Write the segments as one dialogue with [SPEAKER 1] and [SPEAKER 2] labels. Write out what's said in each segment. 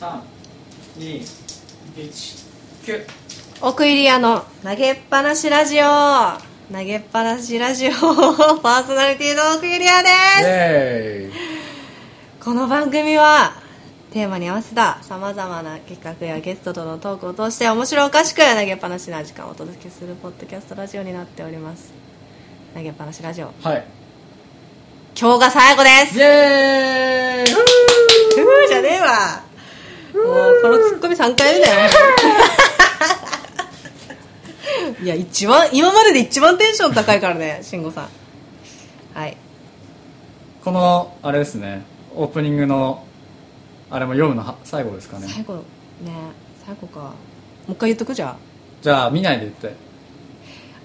[SPEAKER 1] 三、二、一、九。
[SPEAKER 2] 奥入谷の投げっぱなしラジオ投げっぱなしラジオ パーソナリティの奥入谷です、
[SPEAKER 1] え
[SPEAKER 2] この番組はテーマに合わせたさまざまな企画やゲストとのトークを通して面白おかしく投げっぱなしな時間をお届けするポッドキャストラジオになっております投げっぱなしラジオ
[SPEAKER 1] ー、はい。
[SPEAKER 2] 今日が最後です
[SPEAKER 1] イエーイ。
[SPEAKER 2] ふーじゃねえわもうこのツッコミ3回目だよいや一番今までで一番テンション高いからね慎吾さんはい
[SPEAKER 1] このあれですね。オープニングのあれも読むのは最後ですかね。
[SPEAKER 2] 最後ね最後かもう一回言っとくじゃあ
[SPEAKER 1] じゃあ見ないで言って。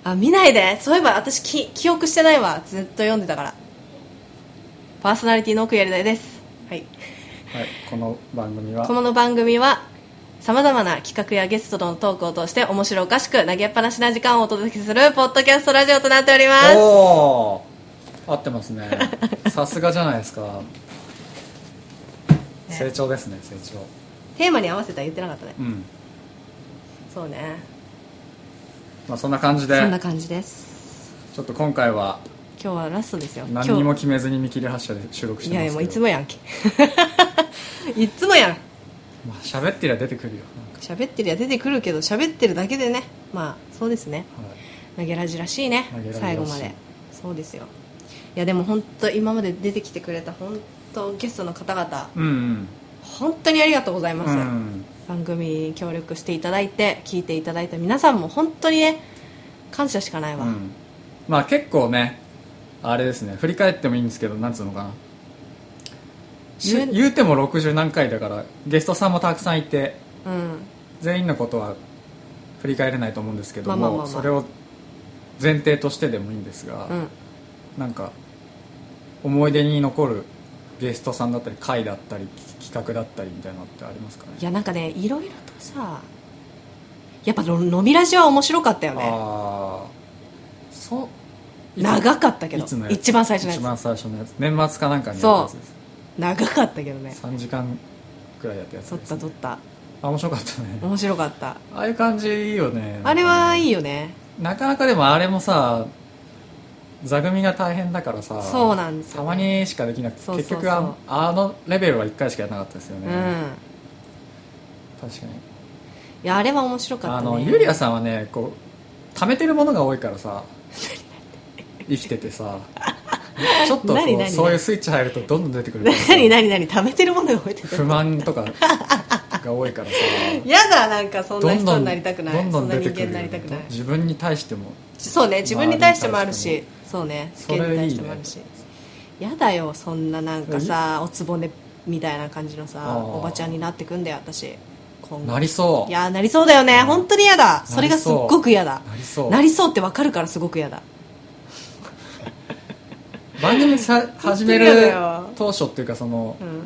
[SPEAKER 2] あ見ないでそういえば私き記憶してないわずっと読んでたからパーソナリティの奥やり台です、はい、
[SPEAKER 1] はい。この番組は
[SPEAKER 2] この番組はさまざまな企画やゲストとのトークを通して面白おかしく投げっぱなしな時間をお届けするポッドキャストラジオとなっております
[SPEAKER 1] おお合ってますねさすがじゃないですか、
[SPEAKER 2] ね
[SPEAKER 1] 成長ですね成長
[SPEAKER 2] テーマに合わせたら言ってなかったね
[SPEAKER 1] うん
[SPEAKER 2] そうね
[SPEAKER 1] まあそんな感じ
[SPEAKER 2] そんな
[SPEAKER 1] で
[SPEAKER 2] 感じです
[SPEAKER 1] ちょっと今回は
[SPEAKER 2] 今日はラストですよ
[SPEAKER 1] 何に
[SPEAKER 2] 今
[SPEAKER 1] も決めずに見切り発車で収録し
[SPEAKER 2] 日い
[SPEAKER 1] てますけど
[SPEAKER 2] やいやもういつもやんけ いつもやん
[SPEAKER 1] まあ喋ってりゃ出てくるよなんか
[SPEAKER 2] 喋ってりゃ出てくるけど喋ってるだけでねまあそうですね
[SPEAKER 1] はい
[SPEAKER 2] 投げラジらしいね
[SPEAKER 1] 投げラジらしい
[SPEAKER 2] 最後までそうですよいやでも本当今まで出てきてくれた本当ゲストの方々
[SPEAKER 1] うん
[SPEAKER 2] 本当にありがとうございま
[SPEAKER 1] う
[SPEAKER 2] す、
[SPEAKER 1] ん、うん、
[SPEAKER 2] 番組に協力していただいて聞いていただいた皆さんも本当にね感謝しかないわ、
[SPEAKER 1] うんまあ結構ねあれですね振り返ってもいいんですけどなんつうのかな
[SPEAKER 2] 言
[SPEAKER 1] 言
[SPEAKER 2] う
[SPEAKER 1] う言うても60何回だからゲストさんもたくさんいて
[SPEAKER 2] うん
[SPEAKER 1] 全員のことは振り返れないと思うんですけど
[SPEAKER 2] まあまあまあ
[SPEAKER 1] も
[SPEAKER 2] まあ
[SPEAKER 1] それを前提としてでもいいんですが、
[SPEAKER 2] うん
[SPEAKER 1] なんか思い出に残るゲストさんだったり回だったり企画だったりみたいなのってありますかね
[SPEAKER 2] いやなんかねいろいろとさやっぱの飲みラジは面白かったよね
[SPEAKER 1] ああそういつ
[SPEAKER 2] 長かったけど
[SPEAKER 1] いつのやつ
[SPEAKER 2] 一番最初の
[SPEAKER 1] 一
[SPEAKER 2] や
[SPEAKER 1] 番最初のやつ年末かなんかにやったやつです
[SPEAKER 2] つ長かったけどね
[SPEAKER 1] 3時間くらいやったやつ
[SPEAKER 2] 撮っ
[SPEAKER 1] です、
[SPEAKER 2] た撮った
[SPEAKER 1] あ面白かったね、
[SPEAKER 2] 面白かった
[SPEAKER 1] ああいう感じいいよね
[SPEAKER 2] あれはいい
[SPEAKER 1] い
[SPEAKER 2] よね
[SPEAKER 1] なかなかでもあれもさ座組が大変だからさ
[SPEAKER 2] そうなんですよ
[SPEAKER 1] たまにしかできなくて
[SPEAKER 2] そうそうそう
[SPEAKER 1] 結局ああのレベルは1回しかやらなかったですよね、
[SPEAKER 2] うん
[SPEAKER 1] 確かに
[SPEAKER 2] いやあれは面白か
[SPEAKER 1] あ
[SPEAKER 2] ったね
[SPEAKER 1] のユリアさんはねこう貯めてるものが多いから さ生きててさちょっとこう
[SPEAKER 2] 何何
[SPEAKER 1] そういうスイッチ入るとどんどん出てくるからさ
[SPEAKER 2] 何何何貯めてるものが置いて
[SPEAKER 1] 不
[SPEAKER 2] た
[SPEAKER 1] 満とかが多いからさ
[SPEAKER 2] やだなんか そん
[SPEAKER 1] ど
[SPEAKER 2] なん
[SPEAKER 1] ど
[SPEAKER 2] 人
[SPEAKER 1] ん
[SPEAKER 2] になりたくない
[SPEAKER 1] どんどん出て
[SPEAKER 2] そんな
[SPEAKER 1] く
[SPEAKER 2] 人間
[SPEAKER 1] る
[SPEAKER 2] になりたくない
[SPEAKER 1] 自分に対しても
[SPEAKER 2] そうね自分に対してもある
[SPEAKER 1] 周り
[SPEAKER 2] し
[SPEAKER 1] に
[SPEAKER 2] そうね
[SPEAKER 1] そ
[SPEAKER 2] 世間に
[SPEAKER 1] れ
[SPEAKER 2] 対
[SPEAKER 1] い
[SPEAKER 2] し
[SPEAKER 1] い
[SPEAKER 2] てもあ
[SPEAKER 1] ね
[SPEAKER 2] るしやだよそんななんかさおつぼねみたいな感じのさ
[SPEAKER 1] あー
[SPEAKER 2] おばちゃんになってくんだよ私今後
[SPEAKER 1] なりそう
[SPEAKER 2] いやなりそうだよね本当に嫌だ
[SPEAKER 1] そう
[SPEAKER 2] それがすっごく嫌だ
[SPEAKER 1] なりそう
[SPEAKER 2] なりそうってわかるからすごく嫌だ
[SPEAKER 1] 番組 さ始める
[SPEAKER 2] 嫌だよ
[SPEAKER 1] 当初っていうかその
[SPEAKER 2] うん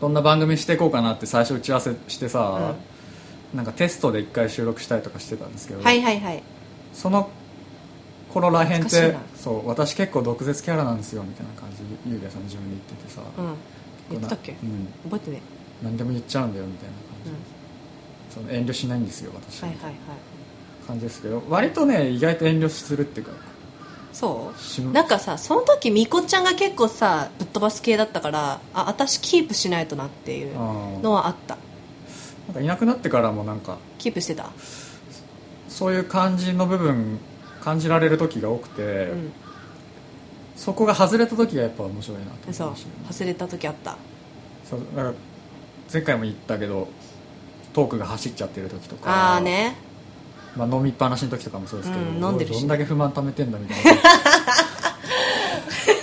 [SPEAKER 1] どんな番組していこうかなって最初打ち合わせしてさ、なんかテストで1回収録したりとかしてたんですけど、
[SPEAKER 2] はいはいはい
[SPEAKER 1] その頃らへんっ
[SPEAKER 2] 懐
[SPEAKER 1] て
[SPEAKER 2] かしい
[SPEAKER 1] そう私結構毒舌キャラなんですよみたいな感じでゆうやさん自分で言っててさ、
[SPEAKER 2] うん言ってたっけ
[SPEAKER 1] うん、
[SPEAKER 2] 覚えてね
[SPEAKER 1] 何でも言っちゃうんだよみたいな
[SPEAKER 2] う
[SPEAKER 1] 感
[SPEAKER 2] ん
[SPEAKER 1] じ、その遠慮しないんですよ私、
[SPEAKER 2] はいはいはい
[SPEAKER 1] 感じですけど割とね意外と遠慮するっていうか
[SPEAKER 2] そう
[SPEAKER 1] し
[SPEAKER 2] なんかさその時みこちゃんが結構さぶっ飛ばす系だったからあ私キープしないとなっていう
[SPEAKER 1] あー
[SPEAKER 2] のはあった
[SPEAKER 1] なんかいなくなってからもなんか
[SPEAKER 2] キープしてた
[SPEAKER 1] そういう感じの部分感じられる時が多くて、
[SPEAKER 2] うん
[SPEAKER 1] そこが外れた時がやっぱ面白いなと思いました
[SPEAKER 2] そう
[SPEAKER 1] ね
[SPEAKER 2] 外れた時あった
[SPEAKER 1] そうだから前回も言ったけどトークが走っちゃってる時とか
[SPEAKER 2] ああーね
[SPEAKER 1] まあ、飲みっぱなしの時とかもそうですけど、
[SPEAKER 2] うん飲んでるし
[SPEAKER 1] どんだけ不満溜めてんだみたいな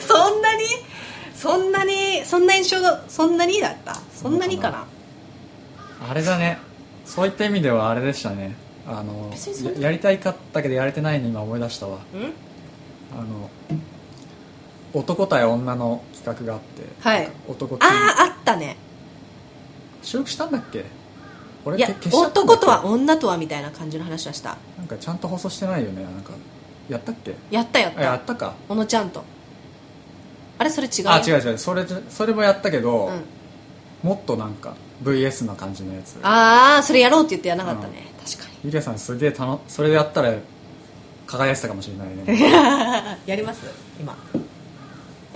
[SPEAKER 2] そんなにそんなにそんな印象がそんなにだったそんなにかな
[SPEAKER 1] あれだねそういった意味ではあれでしたねあの
[SPEAKER 2] 別にそん
[SPEAKER 1] や
[SPEAKER 2] な
[SPEAKER 1] やりたいかったけどやれてないの今思い出したわ
[SPEAKER 2] うん
[SPEAKER 1] あの男対女の企画があって
[SPEAKER 2] はい
[SPEAKER 1] 男って
[SPEAKER 2] あああったね
[SPEAKER 1] 収録したんだっけ俺
[SPEAKER 2] いや
[SPEAKER 1] け消しちゃったんだ
[SPEAKER 2] 男
[SPEAKER 1] っけ
[SPEAKER 2] とは女とはみたいな感じの話はした
[SPEAKER 1] なんかちゃんと放送してないよねなんかやったっけ
[SPEAKER 2] やったやっ
[SPEAKER 1] あや
[SPEAKER 2] た
[SPEAKER 1] ったか
[SPEAKER 2] 小野ちゃんとあれそれ違う
[SPEAKER 1] あ違う
[SPEAKER 2] う
[SPEAKER 1] 違うそれじゃそれもやったけど、
[SPEAKER 2] うん
[SPEAKER 1] もっとなんか VS な感じのやつ
[SPEAKER 2] ああそれやろうって言ってやらなかったね、確か
[SPEAKER 1] ゆりやさんすげえ楽それでやったら輝いてたかもしれない ね
[SPEAKER 2] にやります今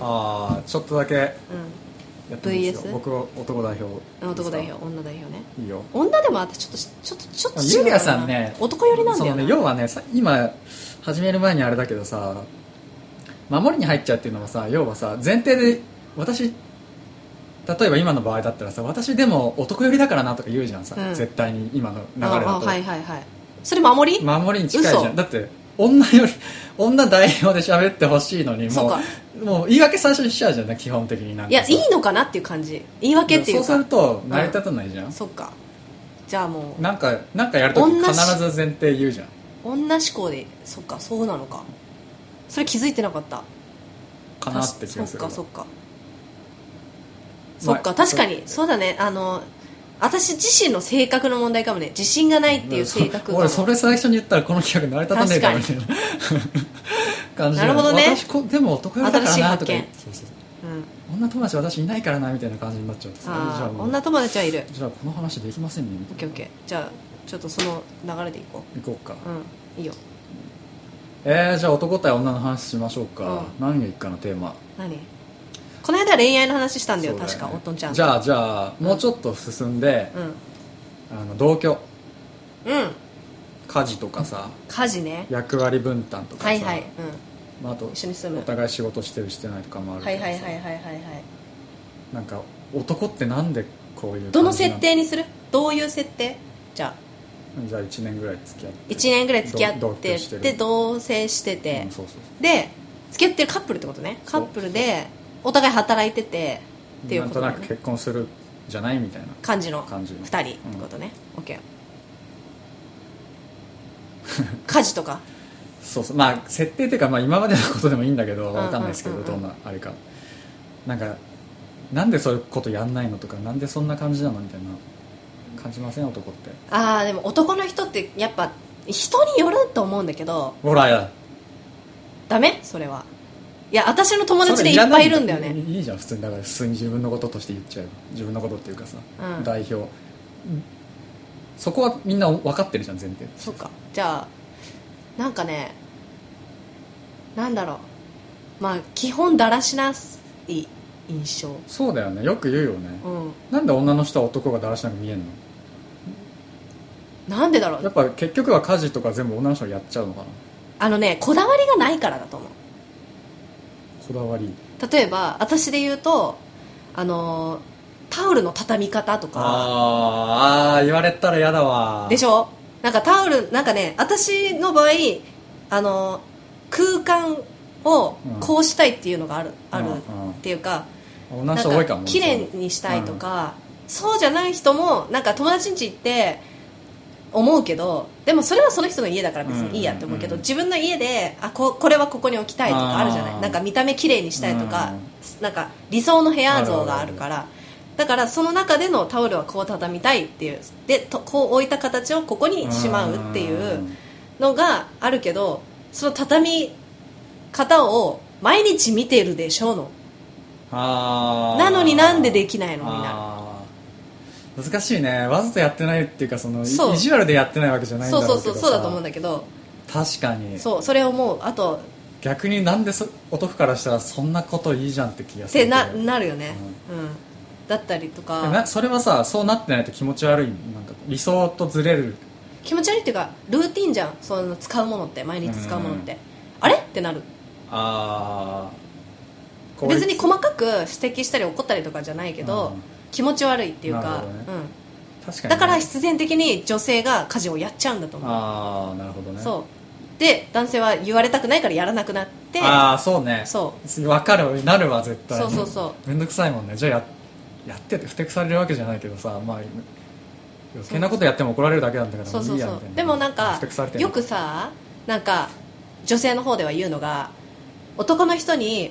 [SPEAKER 1] ああちょっとだけやってみますよ
[SPEAKER 2] VS
[SPEAKER 1] 僕は男代表
[SPEAKER 2] うん男代表女代表ね
[SPEAKER 1] いいよ
[SPEAKER 2] 女でも私ちょっとしちょっとちょっと違うかな
[SPEAKER 1] ゆりやさんね
[SPEAKER 2] 男寄りなんだよ
[SPEAKER 1] そ
[SPEAKER 2] な
[SPEAKER 1] のね要はねさ今始める前にあれだけどさ守りに入っちゃうっていうのはさ要はさ前提で私例えば今の場合だったらさ私でも男寄りだからなとか言うじゃんさ、
[SPEAKER 2] うん
[SPEAKER 1] 絶対に今の流れ
[SPEAKER 2] あ
[SPEAKER 1] だ
[SPEAKER 2] あ
[SPEAKER 1] と、
[SPEAKER 2] はいはいはいそれ守り、
[SPEAKER 1] 守りに近いじゃ
[SPEAKER 2] 嘘
[SPEAKER 1] んだって女より女代表で喋ってほしいのに
[SPEAKER 2] そう
[SPEAKER 1] も
[SPEAKER 2] か
[SPEAKER 1] うもう言い訳最初にしちゃうじゃんね基本的になんか
[SPEAKER 2] いやい
[SPEAKER 1] さ
[SPEAKER 2] いのかなっていう感じ言い訳ってい
[SPEAKER 1] そ
[SPEAKER 2] う
[SPEAKER 1] う
[SPEAKER 2] か
[SPEAKER 1] すると成り立たないじゃん、
[SPEAKER 2] そっかじゃあもう
[SPEAKER 1] なんかなんかやるとき
[SPEAKER 2] 女
[SPEAKER 1] 必
[SPEAKER 2] し
[SPEAKER 1] ず前提言うじゃん
[SPEAKER 2] 女思考でそっかそうなのかそれ気づいてなかった
[SPEAKER 1] かなって気がする
[SPEAKER 2] そっ
[SPEAKER 1] わ
[SPEAKER 2] かそっか、
[SPEAKER 1] まあ
[SPEAKER 2] そっか確かにそうだねあの私自身の性格の問題かもね自信がないっていう性格が
[SPEAKER 1] 俺それ最初に言ったらこの企画成り立たねえからみたいな 感じで
[SPEAKER 2] なるほどね
[SPEAKER 1] 私こでも男寄りだからなとか
[SPEAKER 2] 新しい発見
[SPEAKER 1] そうそうそう
[SPEAKER 2] うん
[SPEAKER 1] 女友達私いないからなみたいな感じになっちゃうとさじゃ
[SPEAKER 2] あ
[SPEAKER 1] あ
[SPEAKER 2] ー
[SPEAKER 1] もう
[SPEAKER 2] 女友達はいる
[SPEAKER 1] じゃあこの話できませんねみ
[SPEAKER 2] オ
[SPEAKER 1] たい
[SPEAKER 2] ッケーオッケーじゃあちょっとその流れでいこ
[SPEAKER 1] な行こうか
[SPEAKER 2] ううんいいよ
[SPEAKER 1] えー、じゃあ男対女の話しましょうか、
[SPEAKER 2] う
[SPEAKER 1] 何がいいかなテーマ
[SPEAKER 2] 何この間恋愛の話したんだよ
[SPEAKER 1] そう
[SPEAKER 2] 確かおっとんちゃん
[SPEAKER 1] じ
[SPEAKER 2] あ
[SPEAKER 1] ゃあじゃあもうちょっと進んで、
[SPEAKER 2] うん
[SPEAKER 1] あの同居
[SPEAKER 2] うん
[SPEAKER 1] 家事とかさ
[SPEAKER 2] 家事ね
[SPEAKER 1] 役割分担とかさ、
[SPEAKER 2] はいはい、
[SPEAKER 1] まあ、あと
[SPEAKER 2] うん、一緒に住
[SPEAKER 1] お
[SPEAKER 2] むはい
[SPEAKER 1] 互い仕事してるしてないとかもある
[SPEAKER 2] は
[SPEAKER 1] け
[SPEAKER 2] い
[SPEAKER 1] どさ
[SPEAKER 2] はいはいはいはい
[SPEAKER 1] なんか男ってなんでこういう感じな
[SPEAKER 2] どの設定にするどういう設定じゃあ
[SPEAKER 1] じゃあ1年ぐらい付き合って
[SPEAKER 2] 1年ぐらい付き合
[SPEAKER 1] ど
[SPEAKER 2] っ
[SPEAKER 1] 同居
[SPEAKER 2] て
[SPEAKER 1] してる
[SPEAKER 2] で同棲して
[SPEAKER 1] う
[SPEAKER 2] て
[SPEAKER 1] ん、そうそう
[SPEAKER 2] で付き合ってるカップルってことね
[SPEAKER 1] そ
[SPEAKER 2] カ
[SPEAKER 1] う
[SPEAKER 2] ップルでお互い働いててっていう
[SPEAKER 1] なん
[SPEAKER 2] こと
[SPEAKER 1] とな
[SPEAKER 2] だよ
[SPEAKER 1] く
[SPEAKER 2] ね
[SPEAKER 1] 結婚するじゃないみたいな
[SPEAKER 2] 感じの
[SPEAKER 1] 感じの
[SPEAKER 2] 2人ってことね、オッケー家事とか
[SPEAKER 1] そうそうまあ設定っていうか、まあ、今までのことでもいいんだけど
[SPEAKER 2] んうんうんうん
[SPEAKER 1] わかんないですけどどんなあれかなんかなんでそういうことやんないのとかなんでそんな感じなのみたいな感じません男って
[SPEAKER 2] ああでも男の人ってやっぱ人によると思うんだけど
[SPEAKER 1] ほらや
[SPEAKER 2] ダメそれはいや私の友達でいっぱいいるんだよ
[SPEAKER 1] それ
[SPEAKER 2] ね
[SPEAKER 1] いらないいいじゃん普通にだから普通に自分のこととして言っちゃえば自分のことっていうかさ、
[SPEAKER 2] うん
[SPEAKER 1] 代表そこはみんな分かってるじゃん前提
[SPEAKER 2] そっかじゃあなんかねなんだろうまあ基本だらしない印象
[SPEAKER 1] そうだよねよく言うよね、
[SPEAKER 2] うん
[SPEAKER 1] なんで女の人は男がだらしなく見えるの
[SPEAKER 2] なんでだろ
[SPEAKER 1] や
[SPEAKER 2] う
[SPEAKER 1] っぱ結局は家事とか全部女の人がやっちゃうのかな
[SPEAKER 2] あのねこだわりがないからだと思う
[SPEAKER 1] こだわり
[SPEAKER 2] 例えば私で言うとあのータオルの畳み方とか
[SPEAKER 1] あーあー言われたら嫌だわ
[SPEAKER 2] でし
[SPEAKER 1] ょ
[SPEAKER 2] ょなんかタオルなんかね私の場合あのー空間をこうしたいっていうのがある,、あるっていうか
[SPEAKER 1] 女の
[SPEAKER 2] なん
[SPEAKER 1] 人多いか
[SPEAKER 2] か
[SPEAKER 1] も
[SPEAKER 2] 綺麗にしたいとか、そうじゃない人もなんか友達ん家行って思うけどでもそれはその人の家だから別にいいやって思うけ
[SPEAKER 1] うんう
[SPEAKER 2] ど、
[SPEAKER 1] んうん
[SPEAKER 2] 自分の家であここれはここに置きたいとかあるじゃな
[SPEAKER 1] あ
[SPEAKER 2] い
[SPEAKER 1] ー
[SPEAKER 2] なんか見た目綺麗にしたいと
[SPEAKER 1] う
[SPEAKER 2] か
[SPEAKER 1] んうん、
[SPEAKER 2] なんか理想の部屋像があるからだからその中でのタオルはこう畳みたいっていうでとこう置いた形をここにしまうっていう。
[SPEAKER 1] ん
[SPEAKER 2] のがあるけどその畳み方を毎日見てるでしょうの
[SPEAKER 1] あー
[SPEAKER 2] なのになんでできないのにな
[SPEAKER 1] あー難しいねわざとやってないっていうかそのい
[SPEAKER 2] そう
[SPEAKER 1] 意地悪でやってないわけじゃ
[SPEAKER 2] る
[SPEAKER 1] ないんだ
[SPEAKER 2] そう
[SPEAKER 1] ろ
[SPEAKER 2] そうう
[SPEAKER 1] けど
[SPEAKER 2] そう
[SPEAKER 1] さ
[SPEAKER 2] そうだと思うんだけど
[SPEAKER 1] 確かに
[SPEAKER 2] そうそれを思うあと
[SPEAKER 1] 逆になんでそ男からしたらそんなこといいじゃんって気が
[SPEAKER 2] っ
[SPEAKER 1] するけど
[SPEAKER 2] てななるよね、うんだったりと
[SPEAKER 1] でも
[SPEAKER 2] か
[SPEAKER 1] なそれはさそうなってないと気持ち悪いなんか理想とずれる
[SPEAKER 2] 気持ち悪いっていうかルーティンじゃんその使うものって毎日使うものって、あれってなる
[SPEAKER 1] ああ
[SPEAKER 2] 別に細かく指摘したり怒ったりとかじゃないけど、
[SPEAKER 1] うん
[SPEAKER 2] 気持ち悪いっていう
[SPEAKER 1] なる
[SPEAKER 2] か、
[SPEAKER 1] ほどね
[SPEAKER 2] う
[SPEAKER 1] 確か
[SPEAKER 2] ん、
[SPEAKER 1] に
[SPEAKER 2] だから必然的に女性が家事をやっちゃうんだと思う
[SPEAKER 1] ああなるほどねう
[SPEAKER 2] そうで男性は言われたくないからやらなくなって
[SPEAKER 1] ああそうね
[SPEAKER 2] そう
[SPEAKER 1] 分かるなるわ絶対
[SPEAKER 2] そうそうそ
[SPEAKER 1] 面倒くさいもんねじゃあややっててふてくされるわけじゃないけどさまあ余計なことやっても怒られるだけなんだから
[SPEAKER 2] そうそ
[SPEAKER 1] も
[SPEAKER 2] う
[SPEAKER 1] いいや
[SPEAKER 2] そ
[SPEAKER 1] み
[SPEAKER 2] う
[SPEAKER 1] たいな
[SPEAKER 2] でもなんか
[SPEAKER 1] ふてくされてんの
[SPEAKER 2] よくさなんか女性の方では言うのが男の人に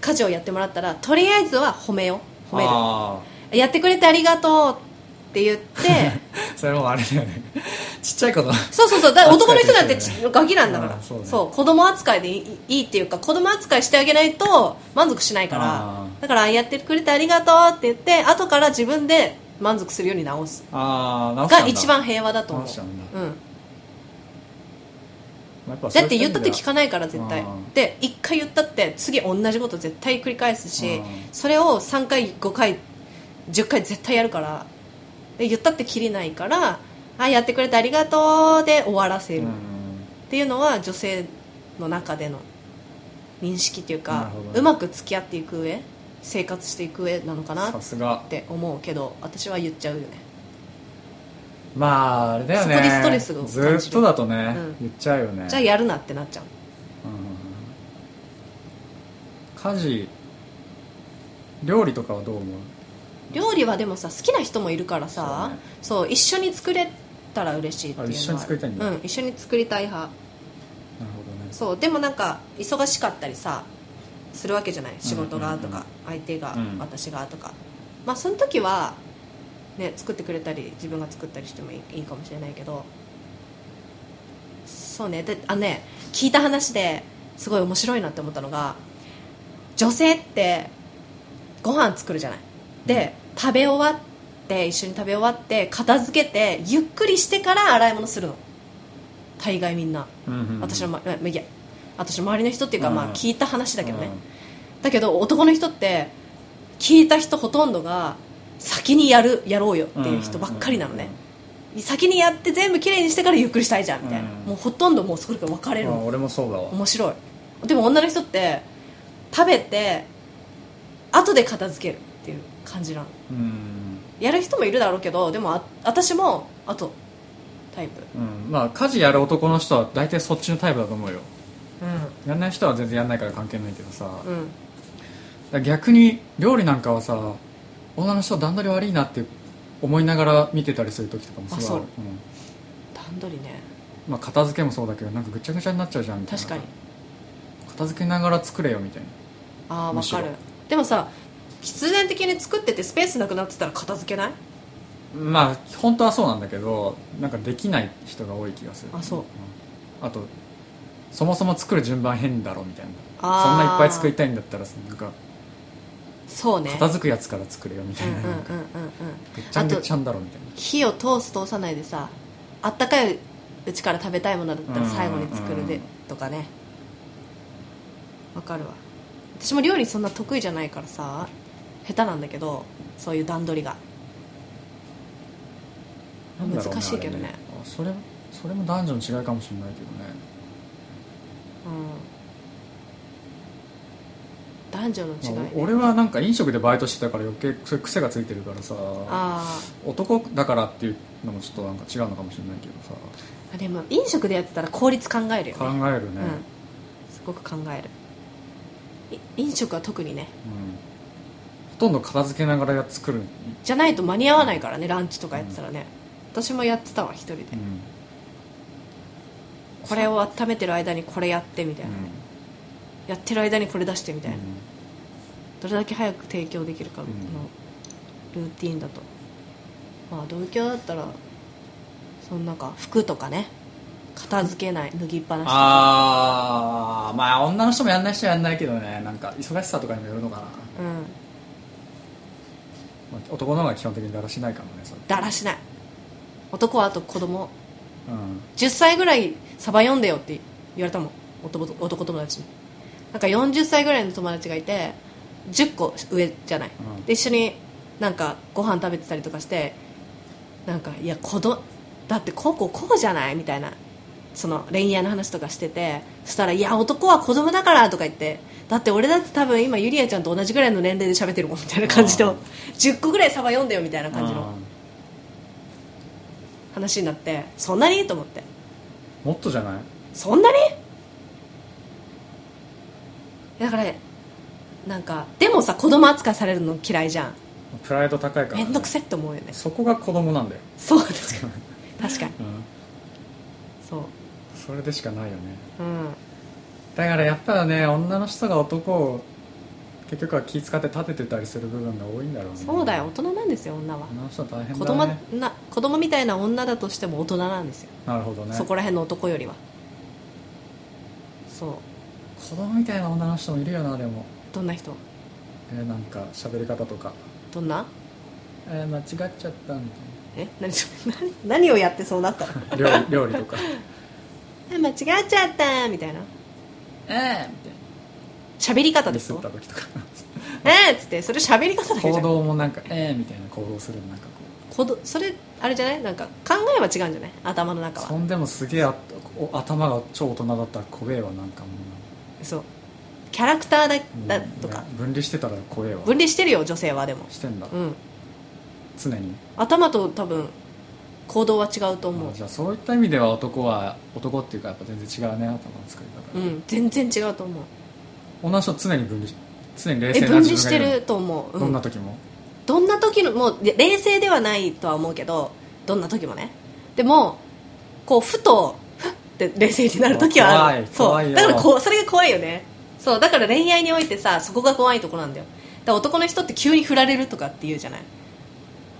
[SPEAKER 2] 家事をやってもらったらとりあえずは褒めよ褒め
[SPEAKER 1] あ
[SPEAKER 2] るやってくれてありがとうって言って
[SPEAKER 1] ーそれもあれだよね ちっちゃいこと
[SPEAKER 2] そうそうそうだから男の人だって
[SPEAKER 1] 扱いとして
[SPEAKER 2] ちガキなんだか
[SPEAKER 1] あ
[SPEAKER 2] ら
[SPEAKER 1] ーそ
[SPEAKER 2] そうう,、
[SPEAKER 1] ね
[SPEAKER 2] 子供扱いでいいいいっていうか子供扱いしてあげないと満足しないから
[SPEAKER 1] あ
[SPEAKER 2] だからやってくれてありがとうって言って後から自分で満足するように直す
[SPEAKER 1] ああ直したん
[SPEAKER 2] が
[SPEAKER 1] だ
[SPEAKER 2] 一番平和だと思う
[SPEAKER 1] 直したん
[SPEAKER 2] うん、
[SPEAKER 1] まあやぱそう
[SPEAKER 2] だ
[SPEAKER 1] い
[SPEAKER 2] っ
[SPEAKER 1] う
[SPEAKER 2] て言ったって
[SPEAKER 1] 点で
[SPEAKER 2] 聞かないから絶対
[SPEAKER 1] うん
[SPEAKER 2] で一回言ったって次同じこと絶対繰り返す
[SPEAKER 1] う
[SPEAKER 2] し
[SPEAKER 1] ん
[SPEAKER 2] それを3回5回10回絶対やるからで言ったってきりないからあやってくれてありがとうで終わらせ
[SPEAKER 1] う
[SPEAKER 2] る
[SPEAKER 1] ん
[SPEAKER 2] っていうのは女性の中での認識っていう
[SPEAKER 1] なる
[SPEAKER 2] か
[SPEAKER 1] ほどね
[SPEAKER 2] うまく付き合っていく上生活していく上なのかなっ
[SPEAKER 1] さすが
[SPEAKER 2] て思うけど私は言っちゃうよね
[SPEAKER 1] まああれだよね
[SPEAKER 2] そこにストレスを感じる
[SPEAKER 1] ずっとだとね、
[SPEAKER 2] うん
[SPEAKER 1] 言っちゃうよね
[SPEAKER 2] じゃあやるなってなっちゃう
[SPEAKER 1] うん家事料理とかはどう思う
[SPEAKER 2] 料理はでもさ好きな人もいるからさそう,、一緒に作れたら嬉しいっていうのは
[SPEAKER 1] あ一緒に作りたいんだ
[SPEAKER 2] うん一緒に作りたい派
[SPEAKER 1] なるほどね
[SPEAKER 2] そうでもなんか忙しかったりさするわけじゃない仕事がとか、相手が、
[SPEAKER 1] うん
[SPEAKER 2] 私がとかまあその時はね作ってくれたり自分が作ったりしてもいいいいかもしれないけどそうねであのね聞いた話ですごい面白いなって思ったのが女性ってご飯作るじゃないで食べ終わって一緒に食べ終わって片付けてゆっくりしてから洗い物するの大概みんな
[SPEAKER 1] うんうんうん
[SPEAKER 2] 私の、ま、まいや私の周りの人っていうか、
[SPEAKER 1] うん
[SPEAKER 2] まあ、聞いた話だけどね、
[SPEAKER 1] うん
[SPEAKER 2] だけど男の人って聞いた人ほとんどが先にやるやろうよっていう人ばっかりなのね、先にやって全部きれいにしてからゆっくりしたいじゃんみたいな、
[SPEAKER 1] うん
[SPEAKER 2] もうほとんどもうそれから分かれ
[SPEAKER 1] うん
[SPEAKER 2] る
[SPEAKER 1] まあ
[SPEAKER 2] の、
[SPEAKER 1] 俺もそうだわ
[SPEAKER 2] 面白いでも女の人って食べて後で片付けるっていう感じなの
[SPEAKER 1] うん、
[SPEAKER 2] やる人もいるだろうけどでもあ私もあとタイプ
[SPEAKER 1] うん、まあ家事やる男の人は大体そっちのタイプだと思うよやんない人は全然やんないから関係ないけどさ、だか
[SPEAKER 2] うん
[SPEAKER 1] ら逆に料理なんかはさ女の人は段取り悪いなって思いながら見てたりする時とかも
[SPEAKER 2] あそう
[SPEAKER 1] るうん
[SPEAKER 2] 段取りね
[SPEAKER 1] まあ、片付けもそうだけどなんかぐちゃぐちゃになっちゃうじゃんみたいな
[SPEAKER 2] 確かに
[SPEAKER 1] 片付けながら作れよみたいな
[SPEAKER 2] ああ
[SPEAKER 1] む
[SPEAKER 2] わ
[SPEAKER 1] しろ
[SPEAKER 2] かるでもさ必然的に作っててスペースなくなってたら片付けない
[SPEAKER 1] まあ本当はそうなんだけどなんかできない人が多い気がする
[SPEAKER 2] あそうん
[SPEAKER 1] あとそもそも作る順番変だろみたいな
[SPEAKER 2] あー
[SPEAKER 1] そんないっぱい作りたいんだったらさなんか
[SPEAKER 2] そうね
[SPEAKER 1] 片付くやつから作るよみた
[SPEAKER 2] う
[SPEAKER 1] い
[SPEAKER 2] ん
[SPEAKER 1] な,、
[SPEAKER 2] うんうんうんうん
[SPEAKER 1] ぐっちゃ
[SPEAKER 2] あ
[SPEAKER 1] んぐっ
[SPEAKER 2] と
[SPEAKER 1] ちゃんだろみたいな
[SPEAKER 2] 火を通す通さないでさあったかいうちから食べたいものだったら最後に作る
[SPEAKER 1] う
[SPEAKER 2] で
[SPEAKER 1] んうん
[SPEAKER 2] とかねわかるわ私も料理そんな得意じゃないからさ下手なんだけどそういう段取りが
[SPEAKER 1] なんだろう
[SPEAKER 2] 難しいけどね
[SPEAKER 1] あれあそれそれも男女の違いかもしれないけどね
[SPEAKER 2] うん男女の違い
[SPEAKER 1] まあ
[SPEAKER 2] ね、
[SPEAKER 1] 俺はなんか飲食でバイトしてたから余計それ癖がついてるからさ
[SPEAKER 2] ああ
[SPEAKER 1] 男だからっていうのもちょっとなんか違うのかもしれないけど
[SPEAKER 2] あでも飲食でやってたら効率考えるよ
[SPEAKER 1] さ考
[SPEAKER 2] ね
[SPEAKER 1] えるね、
[SPEAKER 2] うん、すごく考えるい飲食は特にね
[SPEAKER 1] うんほとんど片付けながらやっ作る、
[SPEAKER 2] じゃないと間に合わないからねランチとかやってたらね、私もやってたわ一人で
[SPEAKER 1] うん
[SPEAKER 2] これを温めてる間にこれやってみたいな、
[SPEAKER 1] う
[SPEAKER 2] やってる間にこれ出してみたい
[SPEAKER 1] ん
[SPEAKER 2] な、どれだけ早く提供できるかの
[SPEAKER 1] うん
[SPEAKER 2] ルーティンだと、まあ同居だったらそのなんか服とかね片付けない脱ぎっぱなしとか
[SPEAKER 1] ああまあ女の人もやんない人はやんないけどねなんか忙しさとかにもよるのかな、
[SPEAKER 2] うん
[SPEAKER 1] まあ男の方が基本的にだらしないからねそれ
[SPEAKER 2] だらしない男はあと子供
[SPEAKER 1] うん
[SPEAKER 2] 10歳ぐらいサバ読んでよって言われたもん男と男友達になんか40歳ぐらいの友達がいて10個上じゃない、
[SPEAKER 1] うん
[SPEAKER 2] で一緒になんかご飯食べてたりとかしてなんかいや子どだってこうこうこうじゃないみたいなその恋愛の話とかしててそしたら「いや男は子供だから」とか言ってだって俺だって多分今ゆりやちゃんと同じぐらいの年齢で喋ってるもんみたいな感じ
[SPEAKER 1] あ
[SPEAKER 2] の
[SPEAKER 1] ー
[SPEAKER 2] 10個ぐらいサバ読んでよみたいな感じの
[SPEAKER 1] う
[SPEAKER 2] 話になってそんなにと思って
[SPEAKER 1] んもっとじゃない
[SPEAKER 2] そんなにだからなんかでもさ子供扱いされるの嫌いじゃん
[SPEAKER 1] プライド高いから、ね、
[SPEAKER 2] 面倒くせって思うよね
[SPEAKER 1] そこが子供なんだよ、
[SPEAKER 2] そう確かに確かに
[SPEAKER 1] うん、
[SPEAKER 2] そう
[SPEAKER 1] それでしかないよね
[SPEAKER 2] うん
[SPEAKER 1] だからやっぱね女の人が男を結局は気使って立ててたりする部分が多いんだろうね
[SPEAKER 2] そうだよ大人なんですよ女は
[SPEAKER 1] 女の人は大変
[SPEAKER 2] 子
[SPEAKER 1] だ
[SPEAKER 2] 供
[SPEAKER 1] ね
[SPEAKER 2] な子供みたいな女だとしても大人なんですよ、
[SPEAKER 1] なるほどね
[SPEAKER 2] そこら辺の男よりはそう
[SPEAKER 1] 子供みたいな女の人もいるよなでも
[SPEAKER 2] どんな人
[SPEAKER 1] えーなんか喋り方とか
[SPEAKER 2] どんな
[SPEAKER 1] えー間違っちゃったみ
[SPEAKER 2] え何それ何何をやってそう なったの
[SPEAKER 1] たいな料理料理とか
[SPEAKER 2] あ間違っちゃったみたいな
[SPEAKER 1] ええみたい
[SPEAKER 2] 喋り方
[SPEAKER 1] な
[SPEAKER 2] で
[SPEAKER 1] ミ
[SPEAKER 2] す
[SPEAKER 1] スっ
[SPEAKER 2] よ
[SPEAKER 1] た時とか
[SPEAKER 2] えっつってそれ喋り方だけ じ
[SPEAKER 1] 行
[SPEAKER 2] ゃん
[SPEAKER 1] 動もなんかええみたいな行動するのなんかこ
[SPEAKER 2] 行動それあれじゃないなんか考えは違うんじゃない頭の
[SPEAKER 1] う
[SPEAKER 2] 中
[SPEAKER 1] そ
[SPEAKER 2] は
[SPEAKER 1] んでもすげえあお頭が超大人だったら怖えわなんかも
[SPEAKER 2] そうキャラクターだ
[SPEAKER 1] う
[SPEAKER 2] だ
[SPEAKER 1] うん
[SPEAKER 2] とか
[SPEAKER 1] ね分離してたら怖えわ
[SPEAKER 2] 分離してるよ女性はでも
[SPEAKER 1] してんだ、
[SPEAKER 2] うん
[SPEAKER 1] 常に
[SPEAKER 2] 頭と多分行動は違うと思
[SPEAKER 1] あじゃあそういった意味では男は男っていうかやっぱ全然違うね頭の作り
[SPEAKER 2] うう
[SPEAKER 1] 方、
[SPEAKER 2] ん全然違うと思う
[SPEAKER 1] 女の人は常に分離し常に冷
[SPEAKER 2] え
[SPEAKER 1] 静な
[SPEAKER 2] 分離
[SPEAKER 1] 自
[SPEAKER 2] し
[SPEAKER 1] 分
[SPEAKER 2] て
[SPEAKER 1] がい
[SPEAKER 2] ると思う、
[SPEAKER 1] ど
[SPEAKER 2] うん、
[SPEAKER 1] なん時も
[SPEAKER 2] どんな時のもういや冷静ではないとは思うけどどんな時もねでもこうふと ふっって冷静になる時はある
[SPEAKER 1] 怖い怖い
[SPEAKER 2] そう
[SPEAKER 1] よ
[SPEAKER 2] だからこうそれが怖いよねそうだから恋愛においてさそこが怖いとこなんだよだから男の人って急に振られるとかって言うじゃない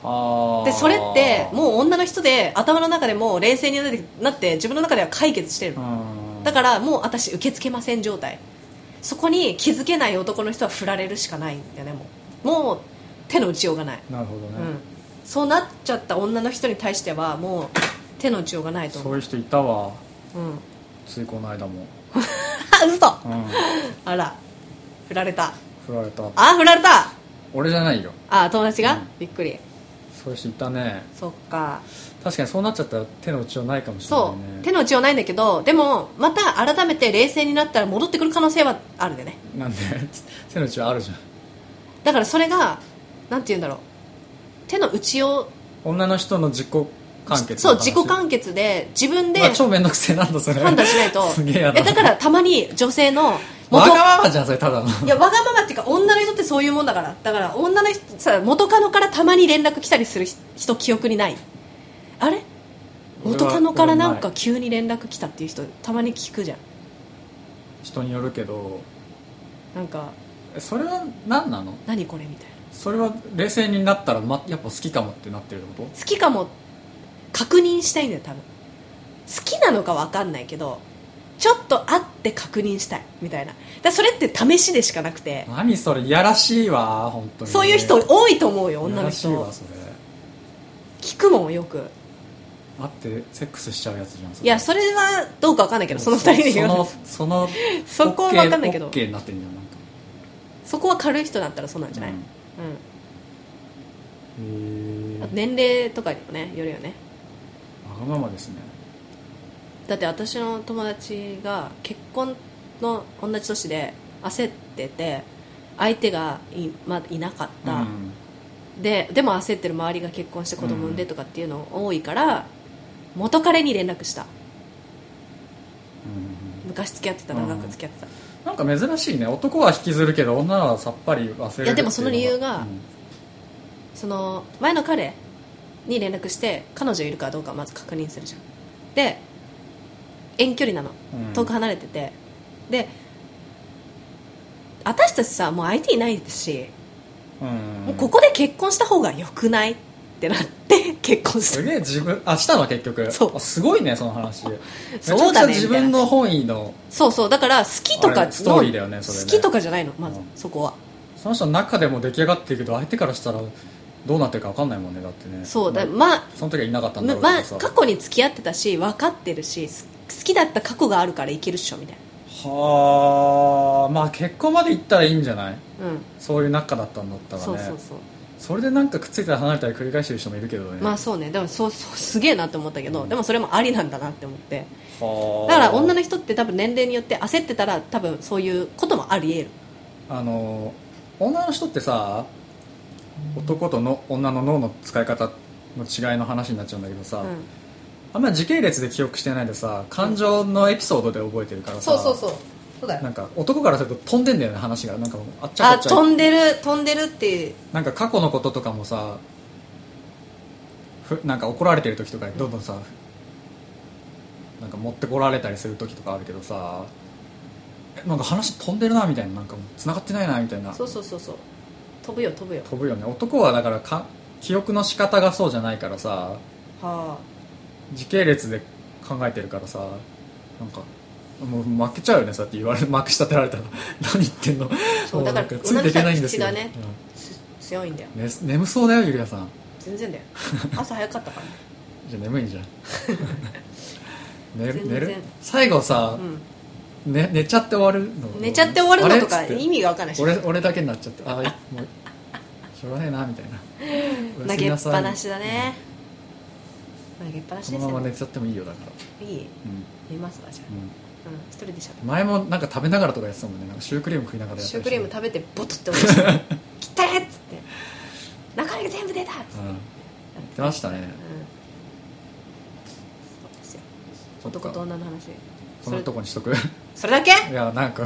[SPEAKER 1] あー
[SPEAKER 2] でそれってもう女の人で頭の中でもう冷静になってなって自分の中では解決してるの
[SPEAKER 1] うん
[SPEAKER 2] だからもう私受け付けません状態そこに気づけない男の人は振られるしかないんだよねもうもう手の打ちようがない、
[SPEAKER 1] なるほどね
[SPEAKER 2] う、ん、そうなっちゃった女の人に対してはもう手の打ちようがないと
[SPEAKER 1] そ
[SPEAKER 2] 思
[SPEAKER 1] う
[SPEAKER 2] う
[SPEAKER 1] いう人いたわ
[SPEAKER 2] う、ん、
[SPEAKER 1] ついこの間も、
[SPEAKER 2] あ 嘘
[SPEAKER 1] うん、
[SPEAKER 2] あら振られた
[SPEAKER 1] 振られた
[SPEAKER 2] あ振られた
[SPEAKER 1] 俺じゃないよ
[SPEAKER 2] あ友達が、
[SPEAKER 1] うん
[SPEAKER 2] びっくり
[SPEAKER 1] そういう人いたね
[SPEAKER 2] そっか
[SPEAKER 1] 確かにそうなっちゃったら手の内はないかもしれな
[SPEAKER 2] そ、
[SPEAKER 1] いうね
[SPEAKER 2] 手の打ちようないんだけどでもまた改めて冷静になったら戻ってくる可能性はあるでね
[SPEAKER 1] なんで 手の内はあるじゃん
[SPEAKER 2] だからそれがなんて言うんだろう手の打ちよ
[SPEAKER 1] 女の人の自己完
[SPEAKER 2] う
[SPEAKER 1] 結
[SPEAKER 2] そう自己
[SPEAKER 1] 結
[SPEAKER 2] 完結で自分で
[SPEAKER 1] うわ超面倒くせえなんだそれ
[SPEAKER 2] 判断しない と
[SPEAKER 1] すげえやだ
[SPEAKER 2] えだからたまに女性の
[SPEAKER 1] わ
[SPEAKER 2] 元
[SPEAKER 1] がままじゃんそれただの
[SPEAKER 2] いやわがままっていうか女の人ってそういうもんだからだから女の人さ元カノからたまに連絡来たりする人記憶にないあれ
[SPEAKER 1] 俺は
[SPEAKER 2] 元カノからなん
[SPEAKER 1] 俺
[SPEAKER 2] か
[SPEAKER 1] は
[SPEAKER 2] 急に連絡来たっていう人たまに聞くじゃん
[SPEAKER 1] 人によるけど
[SPEAKER 2] なんか
[SPEAKER 1] えそれは何なの
[SPEAKER 2] 何これみたいな
[SPEAKER 1] それは冷静になったら、ま、やっぱ好きかもってなってるってこ
[SPEAKER 2] 好きかも確認したいんだよ多分好きなのか分かんないけどちょっと会って確認したいみたいなだからそれって試しでしかなくて
[SPEAKER 1] と何それいやらしいわ本当に
[SPEAKER 2] そういう人
[SPEAKER 1] い
[SPEAKER 2] 多いと思うよ女
[SPEAKER 1] や
[SPEAKER 2] の
[SPEAKER 1] らしい
[SPEAKER 2] 人
[SPEAKER 1] わそれ
[SPEAKER 2] 聞くもんよく
[SPEAKER 1] 会ってセックスしちゃうやつじゃんそ
[SPEAKER 2] いやそれはどうか分かんないけどその二人で
[SPEAKER 1] そ
[SPEAKER 2] 言う
[SPEAKER 1] の
[SPEAKER 2] の
[SPEAKER 1] その
[SPEAKER 2] そこは分かんないけど
[SPEAKER 1] OK になってんじゃんなんか
[SPEAKER 2] そこは軽い人だったらそうなんじゃない、
[SPEAKER 1] う
[SPEAKER 2] うんん
[SPEAKER 1] へえ
[SPEAKER 2] あと年齢とかにもねよるよね
[SPEAKER 1] わがままですね
[SPEAKER 2] だって私の友達が結婚の同じ年で焦ってて相手がい,、ま、いなかっ
[SPEAKER 1] う
[SPEAKER 2] た、
[SPEAKER 1] ん
[SPEAKER 2] ででも焦ってる周りが結婚して子供産んでとかっていうの多いから、元彼に連絡した
[SPEAKER 1] うん
[SPEAKER 2] 昔付き合ってた長く付き合ってた、
[SPEAKER 1] なんか珍しいね男は引きずるけど女はさっぱり忘れるってうのが
[SPEAKER 2] いやでもその理由がその前の彼に連絡して彼女いるかどうかまず確認するじゃんで遠距離なの
[SPEAKER 1] うん
[SPEAKER 2] 遠く離れてて、で私たちさもう相手いないですし、
[SPEAKER 1] うん
[SPEAKER 2] もうここで結婚した方がよくないってなって 結婚し
[SPEAKER 1] すげえ自分あしたの結局
[SPEAKER 2] そう
[SPEAKER 1] あすごいねその話めちゃ
[SPEAKER 2] そう
[SPEAKER 1] くち
[SPEAKER 2] だ
[SPEAKER 1] ゃ
[SPEAKER 2] ね
[SPEAKER 1] 自分の本意の
[SPEAKER 2] たそうそうだから好きと
[SPEAKER 1] あ
[SPEAKER 2] かの
[SPEAKER 1] れストーリーだよねそれね
[SPEAKER 2] 好きとかじゃないのま
[SPEAKER 1] う
[SPEAKER 2] ず、
[SPEAKER 1] ん
[SPEAKER 2] そこは
[SPEAKER 1] その人の中でも出来上がってるけど相手からしたらどうなってるか分かんないもんねだってね
[SPEAKER 2] そうだ、
[SPEAKER 1] ま
[SPEAKER 2] まあ
[SPEAKER 1] あその時はいなかったんだ
[SPEAKER 2] ま
[SPEAKER 1] ろうけ
[SPEAKER 2] ま
[SPEAKER 1] ど
[SPEAKER 2] あ
[SPEAKER 1] さ、
[SPEAKER 2] 過去に付き合ってたし分かってるしす好きだった過去があるからいけるっしょみたい
[SPEAKER 1] はあまあ結婚まで行ったらいいんじゃない
[SPEAKER 2] なうん、
[SPEAKER 1] そういう仲だったんだったらね
[SPEAKER 2] そうそうそう
[SPEAKER 1] それでなんかくっついたり離れたり繰り返してる人もいるけどね
[SPEAKER 2] まあそうねでもそうそうすげえなって思ったけど、
[SPEAKER 1] うん
[SPEAKER 2] でもそれもありなんだなって思って
[SPEAKER 1] はあ
[SPEAKER 2] だから女の人って多分年齢によって焦ってたら多分そういうこともあり得る
[SPEAKER 1] あの女の人ってさ男との女の脳の使い方の違いの話になっちゃうんだけどさ、
[SPEAKER 2] うん、
[SPEAKER 1] あんま時系列で記憶してないでさ感情のエピソードで覚えてるからさ、
[SPEAKER 2] うそうだ
[SPEAKER 1] なんか男からすると飛んでんだよね話がなんかもうあっちゃこ
[SPEAKER 2] あ
[SPEAKER 1] っちゃ
[SPEAKER 2] 飛んでる飛んでるって
[SPEAKER 1] なんか過去のこととかもさふなんか怒られてる時とかにどんどんさ、なんか持ってこられたりする時とかあるけどさえなんか話飛んでるなみたいななんかもう繋がってないなみたいな
[SPEAKER 2] そうそうそうそう飛ぶよ飛ぶよ
[SPEAKER 1] 飛ぶよね男はだからか記憶の仕方がそうじゃないからさ
[SPEAKER 2] はあ
[SPEAKER 1] 時系列で考えてるからさなんかもう負けちゃうよねそうやって言われ まくし立てられたら何言ってんの
[SPEAKER 2] そう
[SPEAKER 1] も
[SPEAKER 2] だから
[SPEAKER 1] なんついていけないんですよ、
[SPEAKER 2] 女の人は口がつ強いんだよ
[SPEAKER 1] うんね眠そうだよゆりやさん
[SPEAKER 2] 全然 だよ朝早かったからね
[SPEAKER 1] じゃあ眠いん じゃん寝る
[SPEAKER 2] 全然
[SPEAKER 1] 寝る最後さ、
[SPEAKER 2] う
[SPEAKER 1] ね、寝ちゃって終わるの
[SPEAKER 2] ん寝ちゃって終わるのと
[SPEAKER 1] あ
[SPEAKER 2] か
[SPEAKER 1] れっつって
[SPEAKER 2] 意味が分かんないし
[SPEAKER 1] 俺俺だけになっちゃってああもうしょうがねえなみたいなおや す
[SPEAKER 2] 投
[SPEAKER 1] み
[SPEAKER 2] げっ
[SPEAKER 1] なさい
[SPEAKER 2] ぱなしだね投げっぱなし
[SPEAKER 1] こ
[SPEAKER 2] で
[SPEAKER 1] の
[SPEAKER 2] す
[SPEAKER 1] ま
[SPEAKER 2] よ
[SPEAKER 1] ま寝
[SPEAKER 2] ね
[SPEAKER 1] ちゃってもいいよだから、
[SPEAKER 2] いい
[SPEAKER 1] うん
[SPEAKER 2] 寝ますわじゃあ
[SPEAKER 1] う
[SPEAKER 2] うん一人でしゃべ
[SPEAKER 1] ん、前もなんか食べながらとかやってたもんねなんかシュークリーム食いながらやった
[SPEAKER 2] シュ
[SPEAKER 1] り
[SPEAKER 2] ー
[SPEAKER 1] して
[SPEAKER 2] クリーム食べてボトって落ちて 「きったれ!」っつって「中身が全部出た!」っつって
[SPEAKER 1] うん出ましたね
[SPEAKER 2] うんそうですよ
[SPEAKER 1] そっか
[SPEAKER 2] 男と女の話
[SPEAKER 1] こ
[SPEAKER 2] そ
[SPEAKER 1] の
[SPEAKER 2] れ
[SPEAKER 1] とこにし とく
[SPEAKER 2] それだけ
[SPEAKER 1] いやなんか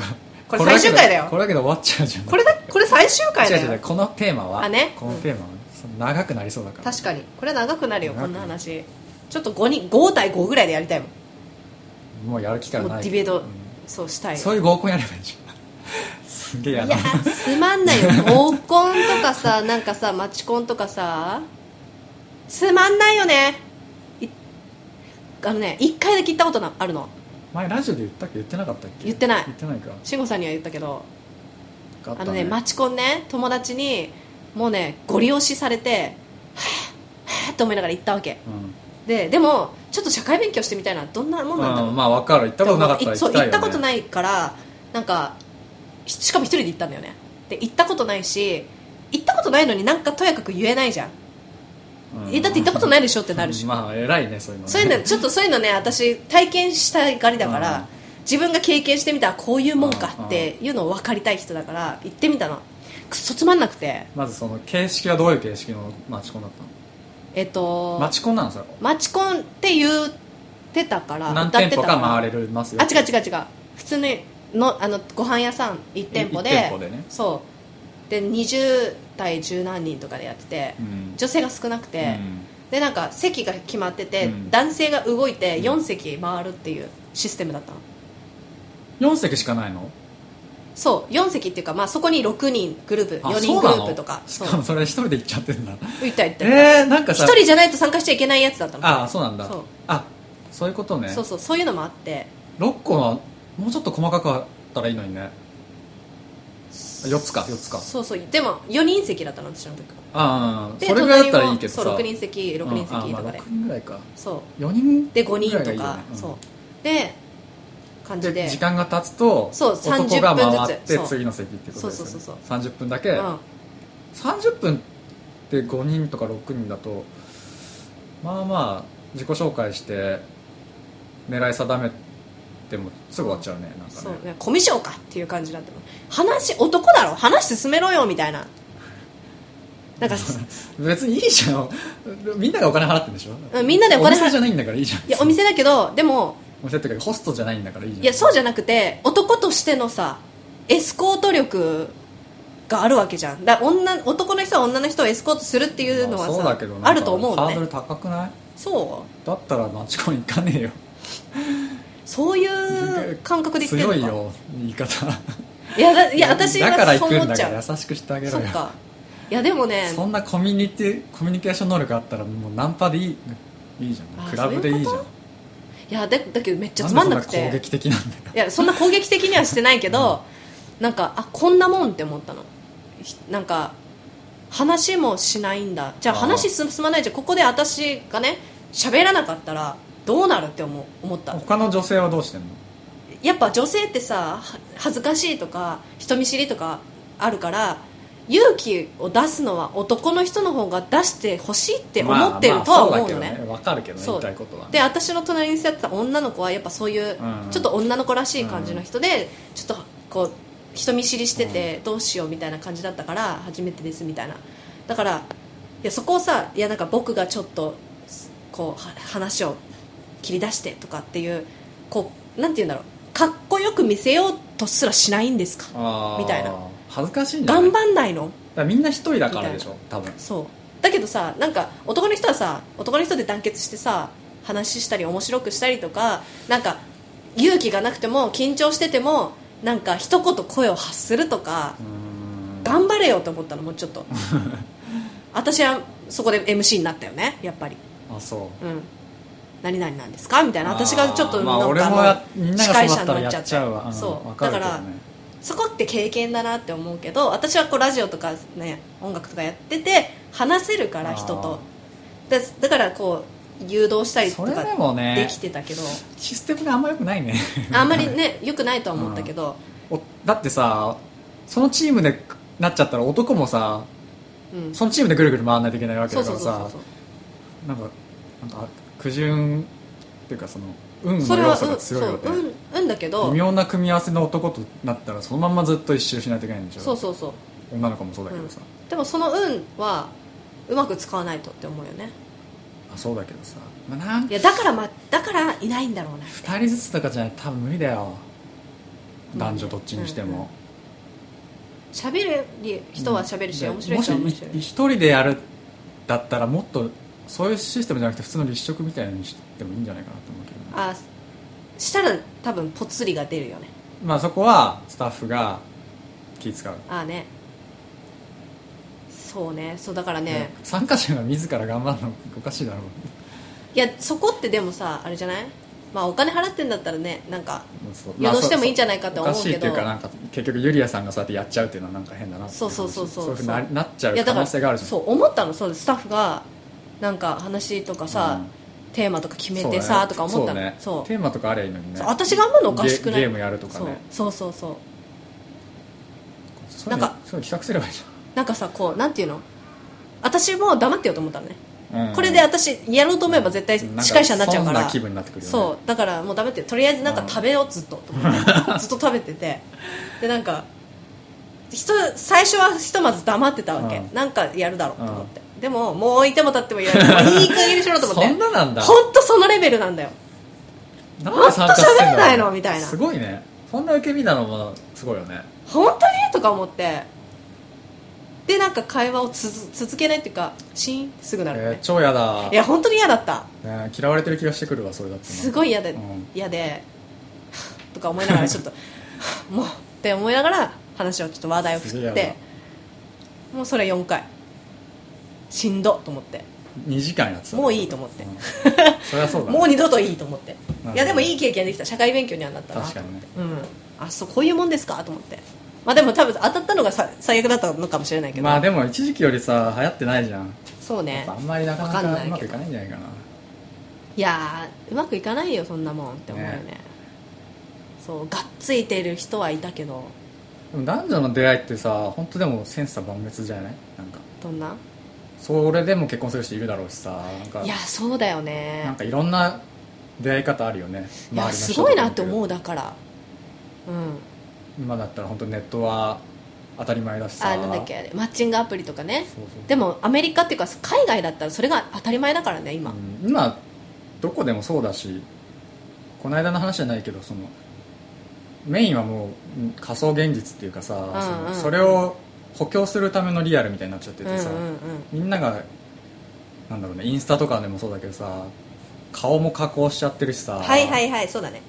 [SPEAKER 2] これ最終回だよ
[SPEAKER 1] これだけで終わっちゃうじゃん
[SPEAKER 2] これだこれ最終回だ
[SPEAKER 1] 違う違う違う
[SPEAKER 2] よ
[SPEAKER 1] このテーマは
[SPEAKER 2] あね
[SPEAKER 1] このテーマはね、その長くなりそうだから
[SPEAKER 2] 確かにこれ長くなるよ
[SPEAKER 1] 長
[SPEAKER 2] こ
[SPEAKER 1] く
[SPEAKER 2] ん
[SPEAKER 1] な
[SPEAKER 2] な
[SPEAKER 1] る
[SPEAKER 2] 話ちょっと 5, 人5対5ぐらいでやりたいもん
[SPEAKER 1] もうやる機会は
[SPEAKER 2] も
[SPEAKER 1] な
[SPEAKER 2] う
[SPEAKER 1] い
[SPEAKER 2] ディベート、
[SPEAKER 1] うん
[SPEAKER 2] そうしたい
[SPEAKER 1] そういう合コンやればいいじゃんすげえや
[SPEAKER 2] い
[SPEAKER 1] だ
[SPEAKER 2] やつま んないよ合コンとかさなんかさマチコンとかさつまんないよねいあのね一回だけ行ったことなあるの
[SPEAKER 1] 前ラジオで言ったっけ言ってなかったっけ
[SPEAKER 2] 言ってない
[SPEAKER 1] 言ってないか
[SPEAKER 2] 慎吾さんには言ったけど
[SPEAKER 1] あっ
[SPEAKER 2] あ
[SPEAKER 1] た
[SPEAKER 2] のねマチコンね友達にもうねゴリ押しされてはぁはぁって思いながら行ったわけ
[SPEAKER 1] う
[SPEAKER 2] ででもちょっと社会勉強してみたいなどんなもんなんだろ
[SPEAKER 1] ん
[SPEAKER 2] う
[SPEAKER 1] うんまあ分かる行ったことなかったら
[SPEAKER 2] い
[SPEAKER 1] 行
[SPEAKER 2] そ
[SPEAKER 1] き
[SPEAKER 2] う
[SPEAKER 1] たい
[SPEAKER 2] 行
[SPEAKER 1] よね
[SPEAKER 2] ったことないからなんかししかも一人で行ったんだよねで行ったことないし行ったことないのになんかとやかく言えないじゃん、
[SPEAKER 1] うん
[SPEAKER 2] えだって行ったことないでしょってなるし、
[SPEAKER 1] まあ偉いねそういうのね
[SPEAKER 2] そういうのちょっとそういうのね私体験したいがりだから、
[SPEAKER 1] うん
[SPEAKER 2] 自分が経験してみたらこういうもんかっていうのを分かりたい人だから行ってみたのくそつまんなくて
[SPEAKER 1] まずその形式はどういう形式のマチコンだったの
[SPEAKER 2] えっと
[SPEAKER 1] マチコンなのそれ
[SPEAKER 2] マチコンって言ってたから
[SPEAKER 1] 何店舗
[SPEAKER 2] 歌ってた
[SPEAKER 1] か
[SPEAKER 2] ら
[SPEAKER 1] 回れるますよ
[SPEAKER 2] あ違う違う違う普通にのあのご飯屋さん1店舗で
[SPEAKER 1] 一店舗でね
[SPEAKER 2] そうで20対10何人とかでやってて、
[SPEAKER 1] うん
[SPEAKER 2] 女性が少なくて、でなんか席が決まってて、
[SPEAKER 1] うん
[SPEAKER 2] 男性が動いて4席回るっていうシステムだったの
[SPEAKER 1] うん、4席しかないの
[SPEAKER 2] そう4席っていうか、まあ、そこに6人グループ
[SPEAKER 1] あ
[SPEAKER 2] 4人
[SPEAKER 1] そう
[SPEAKER 2] グル
[SPEAKER 1] なの
[SPEAKER 2] ープとか
[SPEAKER 1] し
[SPEAKER 2] そう
[SPEAKER 1] かもそれ一人で行っちゃってんだ
[SPEAKER 2] 行った行った1
[SPEAKER 1] えー、なんかさ
[SPEAKER 2] 人じゃないと参加しちゃいけないやつだったの
[SPEAKER 1] ああそうなんだ
[SPEAKER 2] そう
[SPEAKER 1] あそういうことね
[SPEAKER 2] そうそうそういうのもあって
[SPEAKER 1] 6個はもうちょっと細かかったらいいのにね4つか4つか
[SPEAKER 2] そうそうでも4人席だったの私の時は
[SPEAKER 1] ああ
[SPEAKER 2] で
[SPEAKER 1] それぐらいだったらいいけどさ
[SPEAKER 2] 隣もそう6人席6人
[SPEAKER 1] うん
[SPEAKER 2] 席
[SPEAKER 1] あ
[SPEAKER 2] と
[SPEAKER 1] ーまあ
[SPEAKER 2] かで、
[SPEAKER 1] 6人ぐらいか
[SPEAKER 2] そう
[SPEAKER 1] 4人
[SPEAKER 2] で5人
[SPEAKER 1] ぐら
[SPEAKER 2] と
[SPEAKER 1] いがいいよ
[SPEAKER 2] か
[SPEAKER 1] ねうん
[SPEAKER 2] そうで感じで
[SPEAKER 1] で時間が経つと
[SPEAKER 2] そう
[SPEAKER 1] 男が回っ
[SPEAKER 2] 30分ずつ
[SPEAKER 1] て
[SPEAKER 2] そう
[SPEAKER 1] 次の席ってことですよね
[SPEAKER 2] そうそうそう
[SPEAKER 1] 30分だけ、
[SPEAKER 2] うん、
[SPEAKER 1] 30分って5人とか6人だとまあまあ自己紹介して狙い定めてもすぐ終わっちゃうねなんか
[SPEAKER 2] そう
[SPEAKER 1] ね
[SPEAKER 2] ねコミュ障かっていう感じになってます話男だろ話進めろよみたいなな んかす
[SPEAKER 1] 別にいいじゃんみんながお金払ってんでしょ、
[SPEAKER 2] うんみんなでお金払
[SPEAKER 1] お店じゃないんだからいいじゃん
[SPEAKER 2] いやお店だけどでも
[SPEAKER 1] お店っていうかホストじゃないんだからいいじゃん
[SPEAKER 2] いやそうじゃなくて男としてのさエスコート力があるわけじゃんだ女男の人は女の人をエスコートするっていうのは
[SPEAKER 1] まあそう
[SPEAKER 2] さ
[SPEAKER 1] だけどなんか
[SPEAKER 2] あると思う
[SPEAKER 1] ハ
[SPEAKER 2] の
[SPEAKER 1] ードル
[SPEAKER 2] ね
[SPEAKER 1] 高くない
[SPEAKER 2] そう
[SPEAKER 1] だったらマチコン行かねえよ
[SPEAKER 2] そういう感覚で言ってるの
[SPEAKER 1] 強
[SPEAKER 2] か
[SPEAKER 1] いよ言い方
[SPEAKER 2] いやだいや私
[SPEAKER 1] だから
[SPEAKER 2] は
[SPEAKER 1] 行
[SPEAKER 2] そう
[SPEAKER 1] く
[SPEAKER 2] 思
[SPEAKER 1] ん
[SPEAKER 2] っ
[SPEAKER 1] だ
[SPEAKER 2] ち
[SPEAKER 1] か
[SPEAKER 2] ゃ
[SPEAKER 1] ら
[SPEAKER 2] う
[SPEAKER 1] 優しくしてあげろ
[SPEAKER 2] そ
[SPEAKER 1] よ
[SPEAKER 2] っかいやでもね
[SPEAKER 1] そんなコミュニティコミュニケーション能力あったらもうナンパでいいいいじゃん
[SPEAKER 2] あー
[SPEAKER 1] クラブでいいじゃん
[SPEAKER 2] そういういやだだけどめっちゃつまんなく
[SPEAKER 1] んでそんな攻
[SPEAKER 2] て
[SPEAKER 1] 撃的なんだよ
[SPEAKER 2] いやそんな攻撃的にはしてないけど、なんかあこんなもんって思ったのひなんか話もしないんだじゃあ
[SPEAKER 1] あー
[SPEAKER 2] 話進まないじゃんここで私がね喋らなかったらどうなるって思う思った
[SPEAKER 1] 他の女性はどうしてんの
[SPEAKER 2] やっぱ女性ってさは恥ずかしいとか人見知りとかあるから勇気を出すのは男の人の方が出してほしいって思ってるとは思うのね,、
[SPEAKER 1] まあまあそうだけどわかるけどね
[SPEAKER 2] そう
[SPEAKER 1] 言いたいことは
[SPEAKER 2] で私の隣に座ってた女の子はやっぱそういう
[SPEAKER 1] うん
[SPEAKER 2] ちょっと女の子らしい感じの人でちょっとこう人見知りしててどうしようみたいな感じだったから初めてですみたいなだからいやそこをさいやなんか僕がちょっとこうは話を切り出してとかっていうこうなんて言うんだろうかっこよく見せようとすらしないんですか
[SPEAKER 1] あー
[SPEAKER 2] みたいな
[SPEAKER 1] 恥ずかしいんだ、ね、
[SPEAKER 2] 頑張んないの
[SPEAKER 1] だからみんな一人だからでしょ多分
[SPEAKER 2] そうだけどさなんか男の人はさ男の人で団結してさ話したり面白くしたりとかなんか勇気がなくても緊張しててもなんか一言声を発するとか
[SPEAKER 1] うーん
[SPEAKER 2] 頑張れよと思ったのもうちょっ と私はそこで MC になったよねやっぱり
[SPEAKER 1] あそう
[SPEAKER 2] うん何々なんですかみたいな私がちょっと
[SPEAKER 1] まあ
[SPEAKER 2] なん
[SPEAKER 1] 俺
[SPEAKER 2] か
[SPEAKER 1] もや
[SPEAKER 2] あ
[SPEAKER 1] みん
[SPEAKER 2] の
[SPEAKER 1] な
[SPEAKER 2] 司
[SPEAKER 1] が
[SPEAKER 2] 会
[SPEAKER 1] そう
[SPEAKER 2] 者
[SPEAKER 1] なったら
[SPEAKER 2] になっち
[SPEAKER 1] や
[SPEAKER 2] ゃ
[SPEAKER 1] っ
[SPEAKER 2] っ
[SPEAKER 1] ちゃうわ、ん、
[SPEAKER 2] そ
[SPEAKER 1] わ
[SPEAKER 2] う
[SPEAKER 1] か
[SPEAKER 2] だ
[SPEAKER 1] る
[SPEAKER 2] か
[SPEAKER 1] けどね
[SPEAKER 2] らそこって経験だなって思うけど私はこうラジオとか、ね、音楽とかやってて話せるから人とだだからこう誘導したりと
[SPEAKER 1] それでも
[SPEAKER 2] か
[SPEAKER 1] ね
[SPEAKER 2] できてたけど、
[SPEAKER 1] システムがあんま良くないね
[SPEAKER 2] あんまりね良くないとは思ったけど、
[SPEAKER 1] おだってさそのチームでなっちゃったら男もさ
[SPEAKER 2] うん
[SPEAKER 1] そのチームでぐるぐる回らないといけないわけ
[SPEAKER 2] そう
[SPEAKER 1] だか
[SPEAKER 2] そう
[SPEAKER 1] ら
[SPEAKER 2] そうそ
[SPEAKER 1] さ
[SPEAKER 2] うそう
[SPEAKER 1] なんかなんか苦順っていうかその運
[SPEAKER 2] そ
[SPEAKER 1] の
[SPEAKER 2] れは
[SPEAKER 1] 要
[SPEAKER 2] うん
[SPEAKER 1] 素
[SPEAKER 2] そ
[SPEAKER 1] が強
[SPEAKER 2] う
[SPEAKER 1] いわけ、
[SPEAKER 2] うんうんだけど
[SPEAKER 1] 微妙な組み合わせの男となったらそのまんまずっと一周しないといけないんでしょ
[SPEAKER 2] そうそうそう
[SPEAKER 1] 女の子もそうだけどさ、
[SPEAKER 2] でもその運はうまく使わないとって思うよね
[SPEAKER 1] あそうだけどさ、まあ、なん
[SPEAKER 2] いやだから、ま、だからいないんだろうな
[SPEAKER 1] 2人ずつとかじゃないと多分無理だよ
[SPEAKER 2] うん
[SPEAKER 1] 男女どっちにしても、
[SPEAKER 2] 喋る人は喋るし、
[SPEAKER 1] で
[SPEAKER 2] 面白い人は面
[SPEAKER 1] もし
[SPEAKER 2] 白い
[SPEAKER 1] い一人でやるだったらもっとそういうシステムじゃなくて普通の立食みたいにしてもいいんじゃないかなと思うけどね、
[SPEAKER 2] あしたら多分ぽつりが出るよね
[SPEAKER 1] まあそこはスタッフが気使う、
[SPEAKER 2] ああねそうねそうだからね
[SPEAKER 1] 参加者が自ら頑張るのおかしいだろう、
[SPEAKER 2] いやそこってでもさあれじゃないまあお金払ってんだったらねなんか
[SPEAKER 1] そう
[SPEAKER 2] 誘導してもいいんじゃ
[SPEAKER 1] い
[SPEAKER 2] ないかって思う
[SPEAKER 1] おかしい
[SPEAKER 2] け
[SPEAKER 1] って
[SPEAKER 2] ど
[SPEAKER 1] いうかなんか結局ユリアさんがそうやってやっちゃうっていうのはなんか変だなってい
[SPEAKER 2] そうそうそうそう
[SPEAKER 1] そういうふうにななっちゃう
[SPEAKER 2] いやだ
[SPEAKER 1] 可能
[SPEAKER 2] から
[SPEAKER 1] 性があるじゃん
[SPEAKER 2] そう思ったのそうスタッフがなんか話とかさ、
[SPEAKER 1] うん
[SPEAKER 2] テーマとか決め
[SPEAKER 1] そう
[SPEAKER 2] て
[SPEAKER 1] ね
[SPEAKER 2] さ、とか思っ
[SPEAKER 1] そ
[SPEAKER 2] た
[SPEAKER 1] う,、
[SPEAKER 2] の
[SPEAKER 1] ね、
[SPEAKER 2] そう,、
[SPEAKER 1] テーマとかありゃいいのにね
[SPEAKER 2] そう私頑張るのおかしくない
[SPEAKER 1] ゲゲームやるとかね
[SPEAKER 2] そうそうそうそ
[SPEAKER 1] そ
[SPEAKER 2] う
[SPEAKER 1] ういうの
[SPEAKER 2] なんか
[SPEAKER 1] そういうの企画すればいいじ
[SPEAKER 2] なんかさこうなんていうの私も黙ってようと思ったのね、
[SPEAKER 1] ゃん、うん
[SPEAKER 2] これで私やろうと思えば絶対司会者になっちゃうから
[SPEAKER 1] んそんな気分になってくるよね
[SPEAKER 2] そうだからもうダメってとりあえずなんか食べようずっ と、と思ってずっと食べててでなんか人最初はひとまず黙ってたわけ、
[SPEAKER 1] うん
[SPEAKER 2] なんかやるだろうと思って、でももういても立ってもいられないいい加減にしろと思っ て
[SPEAKER 1] そんななんだ
[SPEAKER 2] 本当そのレベルなんだよ
[SPEAKER 1] なんで参加してんだろう
[SPEAKER 2] もっと喋れないのみたいな
[SPEAKER 1] すごいねそんな受け身なのもすごいよね
[SPEAKER 2] 本当にとか思ってでなんか会話をつづ続けないっていうかシーンってすぐなるよ
[SPEAKER 1] えー
[SPEAKER 2] ね、
[SPEAKER 1] 超やだ
[SPEAKER 2] いや本当に嫌だった
[SPEAKER 1] ね嫌われてる気がしてくるわそれだって
[SPEAKER 2] すごい嫌で、
[SPEAKER 1] うん
[SPEAKER 2] 嫌で とか思いながらちょっと もうって思いながら話をちょっと話題を
[SPEAKER 1] すげ
[SPEAKER 2] 振っ
[SPEAKER 1] えや
[SPEAKER 2] てもうそれ4回しんどと思って
[SPEAKER 1] 2時間やってた
[SPEAKER 2] もういいと思って
[SPEAKER 1] うんそりゃそうだね
[SPEAKER 2] もう二度といいと思って
[SPEAKER 1] ほど
[SPEAKER 2] いやでもいい経験できた社会勉強にはなったな
[SPEAKER 1] 確かにね
[SPEAKER 2] うんあそうこういうもんですかと思ってまあでも多分当たったのがさ最悪だったのかもしれないけど、
[SPEAKER 1] まあでも一時期よりさ流行ってないじゃん
[SPEAKER 2] そう
[SPEAKER 1] やっ
[SPEAKER 2] ね
[SPEAKER 1] ぱあんまりなかな
[SPEAKER 2] わかんない
[SPEAKER 1] かう
[SPEAKER 2] けど
[SPEAKER 1] まくいかないんじゃないかない
[SPEAKER 2] やーうまくいかないよそんなもんって思うよね
[SPEAKER 1] ね
[SPEAKER 2] そうがっついてる人はいたけど
[SPEAKER 1] でも男女の出会いってさ本当でも千差万別じゃないなんか
[SPEAKER 2] どんな
[SPEAKER 1] それでも結婚する人いるだろうしさなんか
[SPEAKER 2] いやそうだよね
[SPEAKER 1] なんかいろんな出会い方あるよね
[SPEAKER 2] いや
[SPEAKER 1] 周
[SPEAKER 2] す
[SPEAKER 1] りの人
[SPEAKER 2] ごいなって思う
[SPEAKER 1] う
[SPEAKER 2] だからうん
[SPEAKER 1] 今だったら本当ネットは当たり前だしさ
[SPEAKER 2] あなんだっけあれマッチングアプリとかね
[SPEAKER 1] そうそう
[SPEAKER 2] でもアメリカっていうか海外だったらそれが当たり前だからね今、
[SPEAKER 1] うん今どこでもそうだしこの間の話じゃないけどそのメインはもううん仮想現実っていうかさ、
[SPEAKER 2] んうん
[SPEAKER 1] そのそれを補強するためのリアルみたいになっちゃって
[SPEAKER 2] うんう
[SPEAKER 1] て
[SPEAKER 2] ん
[SPEAKER 1] さ、みんながなんだろうねインスタとかでもそうだけどさ顔も加工しちゃってるしさ、
[SPEAKER 2] うんはいはいはいそうだね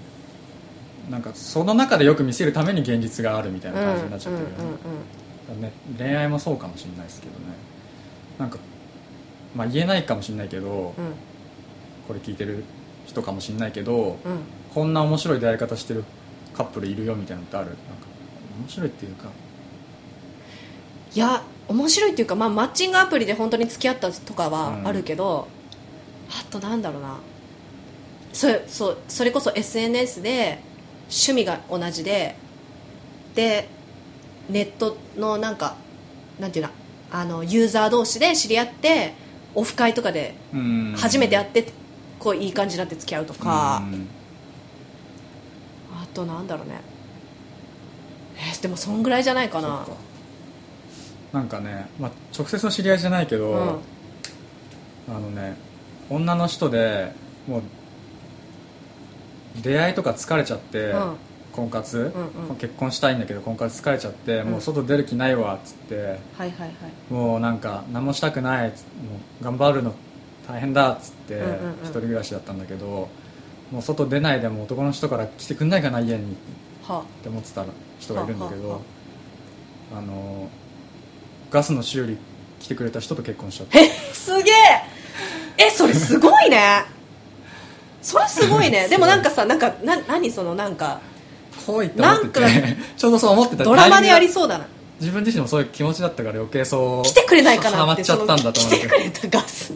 [SPEAKER 1] なんかその中でよく見せるために現実があるみた
[SPEAKER 2] う
[SPEAKER 1] い
[SPEAKER 2] ん
[SPEAKER 1] な
[SPEAKER 2] うん
[SPEAKER 1] 感じになっちゃってるよね,だ
[SPEAKER 2] うんうん
[SPEAKER 1] からね、恋愛もそうかもしれないですけどねなんか、まあ、言えないかもしれないけど、
[SPEAKER 2] うん
[SPEAKER 1] これ聞いてる人かもしれないけど、
[SPEAKER 2] うん
[SPEAKER 1] こんな面白い出会い方してるカップルいるよみたいなのってあるなんか面白いっていうか
[SPEAKER 2] いや面白いっていうか、まあ、マッチングアプリで本当に付き合ったとかは
[SPEAKER 1] うん
[SPEAKER 2] あるけど、あとなんだろうなそれそうそれこそ SNS で趣味が同じででネットのなんかなんていうのあのユーザー同士で知り合ってオフ会とかで
[SPEAKER 1] うん
[SPEAKER 2] 初めて会って、こういい感じになって付き合うとか、
[SPEAKER 1] うん
[SPEAKER 2] あとなんだろうねえーでもそんぐらいじゃないか
[SPEAKER 1] そ
[SPEAKER 2] な
[SPEAKER 1] っかなんかね、まあ、直接の知り合いじゃないけど、
[SPEAKER 2] うん
[SPEAKER 1] あのね女の人でもう出会いとか疲れちゃって、
[SPEAKER 2] うん
[SPEAKER 1] 婚活、
[SPEAKER 2] うんうん
[SPEAKER 1] 結婚したいんだけど婚活疲れちゃって、
[SPEAKER 2] うん
[SPEAKER 1] もう外出る気ないわっつって
[SPEAKER 2] はいはいはい
[SPEAKER 1] もうなんか何もしたくないもう頑張るの大変だっつって、
[SPEAKER 2] うんうんうん
[SPEAKER 1] 一人暮らしだったんだけどもう外出ないでも男の人から来てくんないかな家に
[SPEAKER 2] は
[SPEAKER 1] って思ってた人がいるんだけ
[SPEAKER 2] は
[SPEAKER 1] どあのガスの修理来てくれた人と結婚しちゃっ
[SPEAKER 2] あ、えすげええそれすごいねそれすごい ねでもなんかさなんかな何そのなんか
[SPEAKER 1] 恋って思ってて
[SPEAKER 2] なんか
[SPEAKER 1] ちょうどそう思ってた
[SPEAKER 2] ドラマでやり
[SPEAKER 1] タイミング
[SPEAKER 2] そうだな
[SPEAKER 1] が自分自身もそういう気持ちだったから余計そう
[SPEAKER 2] 来てくれないか
[SPEAKER 1] ハマ
[SPEAKER 2] なっ
[SPEAKER 1] ってちゃったんだと思っ
[SPEAKER 2] その来て
[SPEAKER 1] て
[SPEAKER 2] くれたガス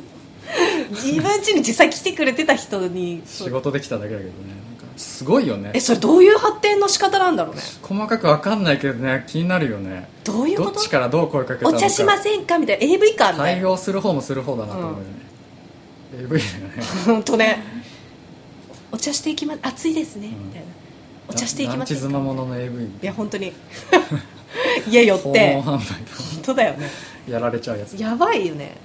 [SPEAKER 2] 自分家に実際来てくれてた人に
[SPEAKER 1] 仕事できただけだけどねなんかすごいよね
[SPEAKER 2] えそれどういう発展の仕方なんだろうね
[SPEAKER 1] 細かくわかんないけどね気になるよね
[SPEAKER 2] どういう
[SPEAKER 1] ど
[SPEAKER 2] こ
[SPEAKER 1] っ
[SPEAKER 2] と
[SPEAKER 1] ちからどう声かけたの
[SPEAKER 2] お
[SPEAKER 1] か
[SPEAKER 2] 茶しませんかみたいな AV かみたい
[SPEAKER 1] 対
[SPEAKER 2] な
[SPEAKER 1] 応する方もする方だなと思うよね、AV だよね
[SPEAKER 2] 本当ねお茶していきます暑いですね、みたいなお茶していきま
[SPEAKER 1] な
[SPEAKER 2] す
[SPEAKER 1] んち妻ものの AV
[SPEAKER 2] いや本当に 家寄っ
[SPEAKER 1] 訪
[SPEAKER 2] て
[SPEAKER 1] 問
[SPEAKER 2] 本
[SPEAKER 1] 販売とか
[SPEAKER 2] 当だよね
[SPEAKER 1] やられちゃうやつ
[SPEAKER 2] やばいよね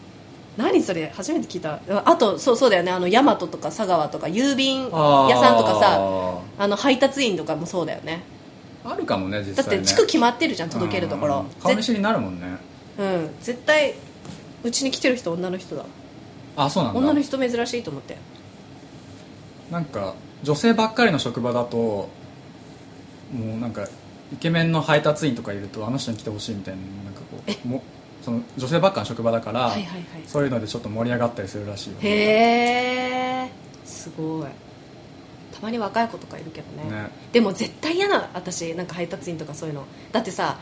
[SPEAKER 2] 何それ初めて聞いたあとそうそうだよねあの大和とか佐川とか郵便
[SPEAKER 1] あー
[SPEAKER 2] 屋さんとかさあの配達員とかもそうだよね
[SPEAKER 1] あるかもね実
[SPEAKER 2] だっ
[SPEAKER 1] 際ね
[SPEAKER 2] て地区決まってるじゃん届けるところ
[SPEAKER 1] うん顔見知りになるもんね
[SPEAKER 2] うん絶対うちに来てる人女の人だ
[SPEAKER 1] あそうなんだ
[SPEAKER 2] 女の人珍しいと思って
[SPEAKER 1] なんか女性ばっかりの職場だともうなんかイケメンの配達員とかいるとあの人に来てほしいみたいななんかこうもその女性ばっかの職場だから、
[SPEAKER 2] はいはいはい
[SPEAKER 1] そういうのでちょっと盛り上がったりするらしいよね
[SPEAKER 2] へえすごいたまに若い子とかいるけどね
[SPEAKER 1] ね
[SPEAKER 2] でも絶対嫌な私なんか配達員とかそういうのだってさ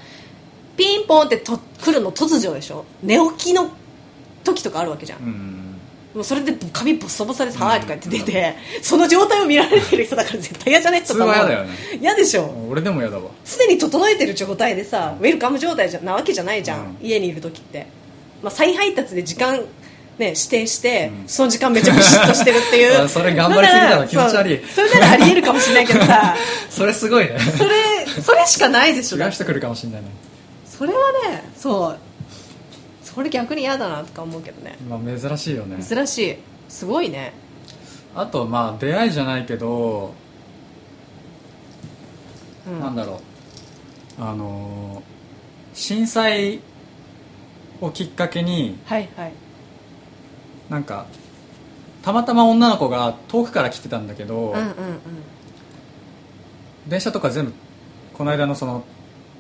[SPEAKER 2] ピンポンってと来るの突如でしょ寝起きの時とかあるわけじゃん、
[SPEAKER 1] うん
[SPEAKER 2] もうそれで髪ボサボサでさ「はーい」とか言って出て、その状態を見られてる人だから絶対嫌じゃない
[SPEAKER 1] 普通は嫌だよね
[SPEAKER 2] 嫌でしょ、
[SPEAKER 1] 俺でも嫌だわ
[SPEAKER 2] 常に整えてる状態でさ、ウェルカム状態じゃなわけじゃないじゃん、
[SPEAKER 1] うん
[SPEAKER 2] 家にいる時って、まあ、再配達で時間、ね、指定して、
[SPEAKER 1] うん
[SPEAKER 2] その時間めちゃくちゃとしてるっていう
[SPEAKER 1] あそれ頑張りすぎたの気持ち悪い
[SPEAKER 2] そうそれならありえるかもしれないけ どさ
[SPEAKER 1] それすごいね
[SPEAKER 2] それそれしかないでし
[SPEAKER 1] 違
[SPEAKER 2] ょだ
[SPEAKER 1] う
[SPEAKER 2] って
[SPEAKER 1] 人来るかもしれないね、
[SPEAKER 2] それはねそうそれ逆に嫌だなとか思うけどね
[SPEAKER 1] まあ、珍しいよね
[SPEAKER 2] 珍しいすごいね
[SPEAKER 1] あとまあ出会いじゃないけど、
[SPEAKER 2] う
[SPEAKER 1] なんだろうあのー震災をきっかけに
[SPEAKER 2] はいはい
[SPEAKER 1] なんかたまたま女の子が遠くから来てたんだけど、
[SPEAKER 2] うんうんうん
[SPEAKER 1] 電車とか全部この間のその